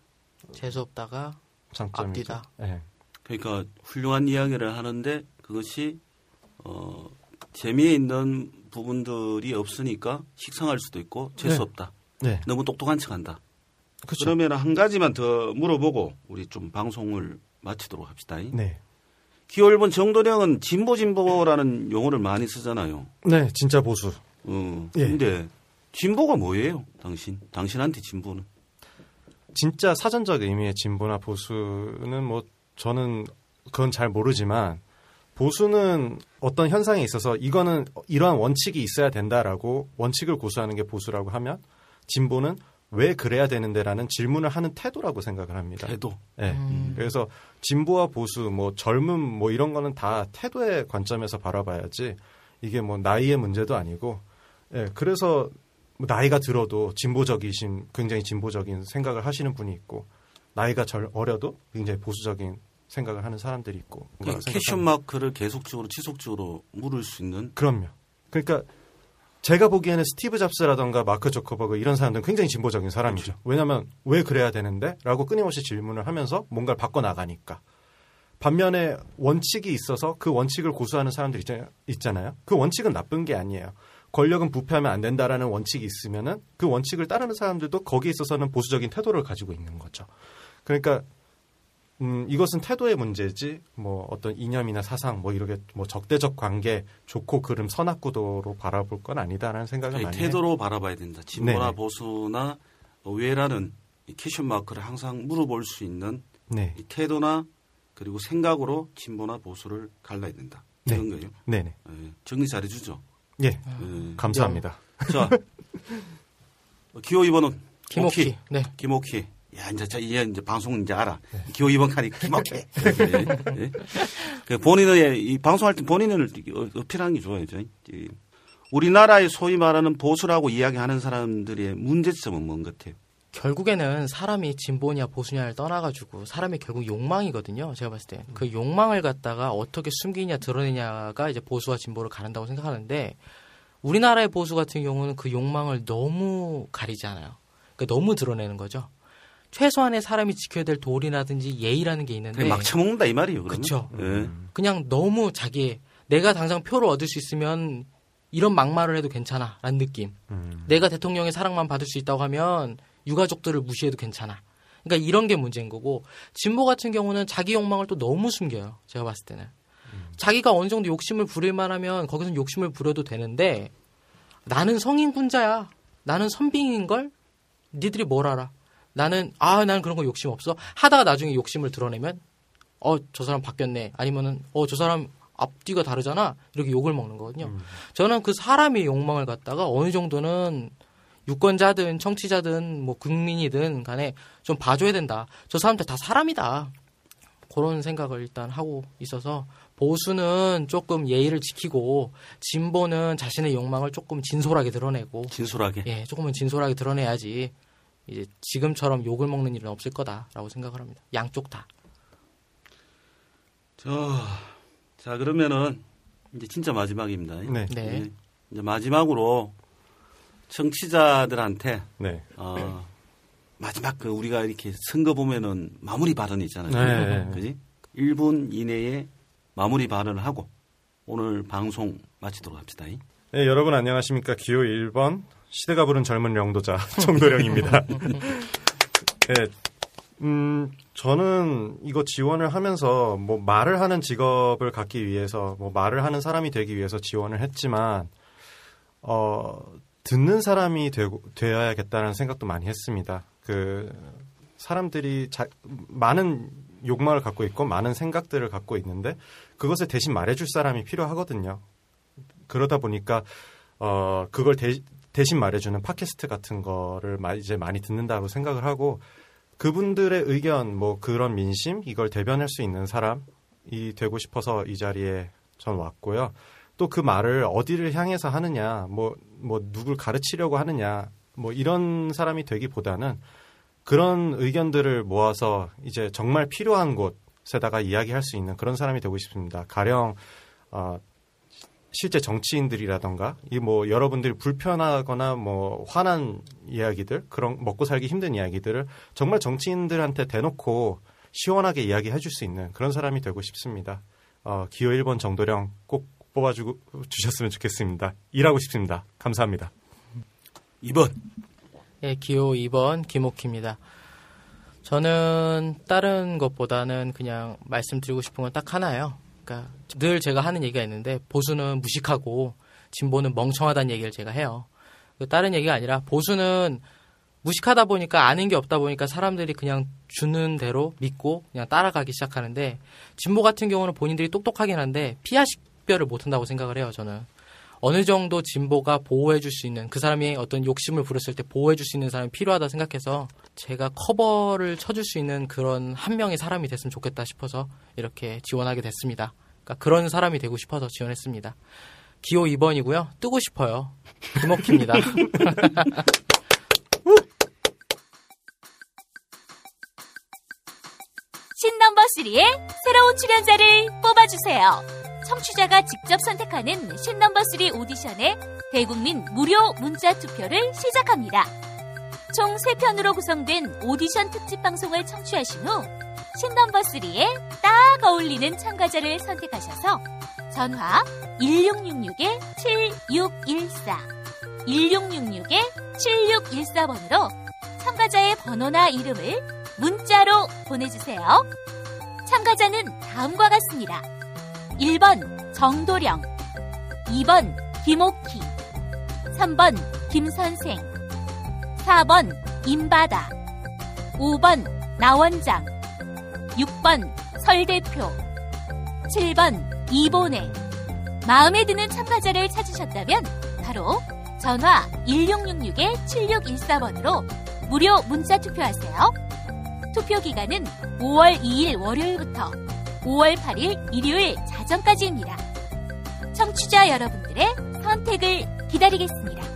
[SPEAKER 5] 재수 없다가
[SPEAKER 3] 장점이죠.
[SPEAKER 5] 앞뒤다.
[SPEAKER 3] 예.
[SPEAKER 2] 그러니까 훌륭한 이야기를 하는데 그것이, 어, 재미있는 부분들이 없으니까 식상할 수도 있고 재수
[SPEAKER 3] 네.
[SPEAKER 2] 없다.
[SPEAKER 3] 네.
[SPEAKER 2] 너무 똑똑한 척 한다.
[SPEAKER 3] 그렇죠.
[SPEAKER 2] 그러면 한 가지만 더 물어보고 우리 좀 방송을 마치도록 합시다.
[SPEAKER 3] 네.
[SPEAKER 2] 기호 1번 정도령은 진보 진보라는 용어를 많이 쓰잖아요.
[SPEAKER 3] 네, 진짜 보수.
[SPEAKER 2] 어,
[SPEAKER 3] 예.
[SPEAKER 2] 근데 진보가 뭐예요? 당신 당신한테 진보는
[SPEAKER 3] 진짜 사전적 의미의 진보나 보수는 뭐 저는 그건 잘 모르지만 보수는 어떤 현상에 있어서 이거는 이러한 원칙이 있어야 된다라고 원칙을 고수하는 게 보수라고 하면 진보는 왜 그래야 되는데라는 질문을 하는 태도라고 생각을 합니다.
[SPEAKER 2] 태도.
[SPEAKER 3] 예. 그래서 진보와 보수, 뭐 젊음, 뭐 이런 거는 다 태도의 관점에서 바라봐야지 이게 뭐 나이의 문제도 아니고, 예. 그래서 뭐 나이가 들어도 진보적이신 굉장히 진보적인 생각을 하시는 분이 있고 나이가 절 어려도 굉장히 보수적인 생각을 하는 사람들이 있고.
[SPEAKER 2] 그러니까
[SPEAKER 3] 그런 생각합니다.
[SPEAKER 2] 캐션 마크를 계속적으로 지속적으로 물을 수 있는
[SPEAKER 3] 그럼요. 그러니까 제가 보기에는 스티브 잡스라던가 마크 조커버그 이런 사람들은 굉장히 진보적인 사람이죠. 왜냐하면 왜 그래야 되는데? 라고 끊임없이 질문을 하면서 뭔가를 바꿔나가니까. 반면에 원칙이 있어서 그 원칙을 고수하는 사람들 있자- 있잖아요. 그 원칙은 나쁜 게 아니에요. 권력은 부패하면 안 된다라는 원칙이 있으면은 그 원칙을 따르는 사람들도 거기에 있어서는 보수적인 태도를 가지고 있는 거죠. 그러니까 음, 이것은 태도의 문제지 뭐 어떤 이념이나 사상 뭐 이렇게 뭐 적대적 관계 좋고 그름 선악구도로 바라볼 건 아니다라는 생각을
[SPEAKER 2] 아니,
[SPEAKER 3] 많이 해요.
[SPEAKER 2] 태도로 바라봐야 된다. 진보나
[SPEAKER 3] 네네.
[SPEAKER 2] 보수나 외라는 이 캐션 마크를 항상 물어볼 수 있는
[SPEAKER 3] 네.
[SPEAKER 2] 이 태도나 그리고 생각으로 진보나 보수를 갈라야 된다.
[SPEAKER 3] 네.
[SPEAKER 2] 이런 거예요.
[SPEAKER 3] 네네.
[SPEAKER 2] 예, 정리 잘해주죠.
[SPEAKER 3] 예.
[SPEAKER 2] 예.
[SPEAKER 3] 감사합니다.
[SPEAKER 2] 자, 기호 2번은
[SPEAKER 5] 김옥희.
[SPEAKER 2] 오키.
[SPEAKER 5] 네.
[SPEAKER 2] 김옥희. 야, 이제, 자, 이제, 이제 방송 이제 알아. 기호 2번 칸이 김옥희. 예, 예. 그 본인의, 이 방송할 때 본인을 어- 어필하는 게 좋아요. 저. 이 우리나라의 소위 말하는 보수라고 이야기하는 사람들의 문제점은 뭔 것 같아요?
[SPEAKER 5] 결국에는 사람이 진보냐 보수냐를 떠나가지고 사람이 결국 욕망이거든요. 제가 봤을 때 그 욕망을 갖다가 어떻게 숨기냐 드러내냐가 이제 보수와 진보를 가른다고 생각하는데 우리나라의 보수 같은 경우는 그 욕망을 너무 가리지 않아요. 그러니까 너무 드러내는 거죠. 최소한의 사람이 지켜야 될 도리라든지 예의라는 게 있는데
[SPEAKER 2] 그냥 막 처먹는다 이 말이에요. 그러면.
[SPEAKER 5] 네. 그쵸. 음.
[SPEAKER 2] 예.
[SPEAKER 5] 그냥 너무 자기 내가 당장 표를 얻을 수 있으면 이런 막말을 해도 괜찮아라는 느낌.
[SPEAKER 3] 음.
[SPEAKER 5] 내가 대통령의 사랑만 받을 수 있다고 하면 유가족들을 무시해도 괜찮아. 그러니까 이런 게 문제인 거고 진보 같은 경우는 자기 욕망을 또 너무 숨겨요. 제가 봤을 때는 자기가 어느 정도 욕심을 부릴만 하면 거기서 욕심을 부려도 되는데 나는 성인군자야. 나는 선빙인 걸 니들이 뭘 알아? 나는 아, 난 그런 거 욕심 없어. 하다가 나중에 욕심을 드러내면 어, 저 사람 바뀌었네. 아니면은 어, 저 사람 앞뒤가 다르잖아. 이렇게 욕을 먹는 거거든요. 저는 그 사람의 욕망을 갖다가 어느 정도는 유권자든 청취자든 뭐 국민이든 간에 좀 봐줘야 된다. 저 사람들 다 사람이다. 그런 생각을 일단 하고 있어서 보수는 조금 예의를 지키고 진보는 자신의 욕망을 조금 진솔하게 드러내고
[SPEAKER 2] 진솔하게.
[SPEAKER 5] 예, 조금은 진솔하게 드러내야지 이제 지금처럼 욕을 먹는 일은 없을 거다라고 생각을 합니다. 양쪽 다.
[SPEAKER 2] 저, 자, 그러면은 이제 진짜 마지막입니다.
[SPEAKER 3] 네.
[SPEAKER 5] 네.
[SPEAKER 2] 예. 이제 마지막으로 청취자들한테
[SPEAKER 3] 네.
[SPEAKER 2] 어, 마지막 그 우리가 이렇게 선거 보면은 마무리 발언이 있잖아요.
[SPEAKER 3] 네.
[SPEAKER 2] 그지? 1분 이내에 마무리 발언을 하고 오늘 방송 마치도록 합시다. 이.
[SPEAKER 3] 네, 여러분 안녕하십니까. 기호 1번 시대가 부른 젊은 영도자 정도령입니다. 네, 음, 저는 이거 지원을 하면서 뭐 말을 하는 직업을 갖기 위해서 뭐 말을 하는 사람이 되기 위해서 지원을 했지만 어, 듣는 사람이 되고 되어야겠다는 생각도 많이 했습니다. 그 사람들이 자- 많은 욕망을 갖고 있고 많은 생각들을 갖고 있는데 그것을 대신 말해줄 사람이 필요하거든요. 그러다 보니까 어 그걸 대, 대신 말해주는 팟캐스트 같은 거를 마- 이제 많이 듣는다고 생각을 하고 그분들의 의견 뭐 그런 민심 이걸 대변할 수 있는 사람이 되고 싶어서 이 자리에 전 왔고요. 또 그 말을 어디를 향해서 하느냐 뭐 뭐 누굴 가르치려고 하느냐 뭐 이런 사람이 되기보다는 그런 의견들을 모아서 이제 정말 필요한 곳에다가 이야기할 수 있는 그런 사람이 되고 싶습니다. 가령 어, 실제 정치인들이라던가 이 뭐 여러분들이 불편하거나 뭐 화난 이야기들 그런 먹고 살기 힘든 이야기들을 정말 정치인들한테 대놓고 시원하게 이야기해 줄 수 있는 그런 사람이 되고 싶습니다. 어, 기호 1번 정도령 꼭 뽑아주고 주셨으면 좋겠습니다. 일하고 싶습니다. 감사합니다.
[SPEAKER 2] 2번.
[SPEAKER 5] 예, 기호 2번 김옥희입니다. 저는 다른 것보다는 그냥 말씀드리고 싶은 건 딱 하나예요. 그러니까 늘 제가 하는 얘기가 있는데 보수는 무식하고 진보는 멍청하다는 얘기를 제가 해요. 그 다른 얘기가 아니라 보수는 무식하다 보니까 아는 게 없다 보니까 사람들이 그냥 주는 대로 믿고 그냥 따라가기 시작하는데 진보 같은 경우는 본인들이 똑똑하긴 한데 피하 식별을 못한다고 생각을 해요. 저는 어느 정도 진보가 보호해 줄 수 있는 그 사람이 어떤 욕심을 부렸을 때 보호해 줄 수 있는 사람이 필요하다 생각해서 제가 커버를 쳐줄 수 있는 그런 한 명의 사람이 됐으면 좋겠다 싶어서 이렇게 지원하게 됐습니다. 그러니까 그런 사람이 되고 싶어서 지원했습니다. 기호 2번이고요. 뜨고 싶어요. 김옥희입니다.
[SPEAKER 4] 신넘버 3의 새로운 출연자를 뽑아주세요. 청취자가 직접 선택하는 신넘버 3 오디션에 대국민 무료 문자 투표를 시작합니다. 총 3편으로 구성된 오디션 특집 방송을 청취하신 후 신넘버 3에 딱 어울리는 참가자를 선택하셔서 전화 1666-7614 1666-7614번으로 참가자의 번호나 이름을 문자로 보내주세요. 참가자는 다음과 같습니다. 1번 정도령, 2번 김옥희, 3번 김선생, 4번 임바다, 5번 나원장 6번 설대표 7번 이보내 마음에 드는 참가자를 찾으셨다면 바로 전화 1666-7614번으로 무료 문자 투표하세요. 투표 기간은 5월 2일 월요일부터 5월 8일 일요일 자정까지입니다. 청취자 여러분들의 선택을 기다리겠습니다.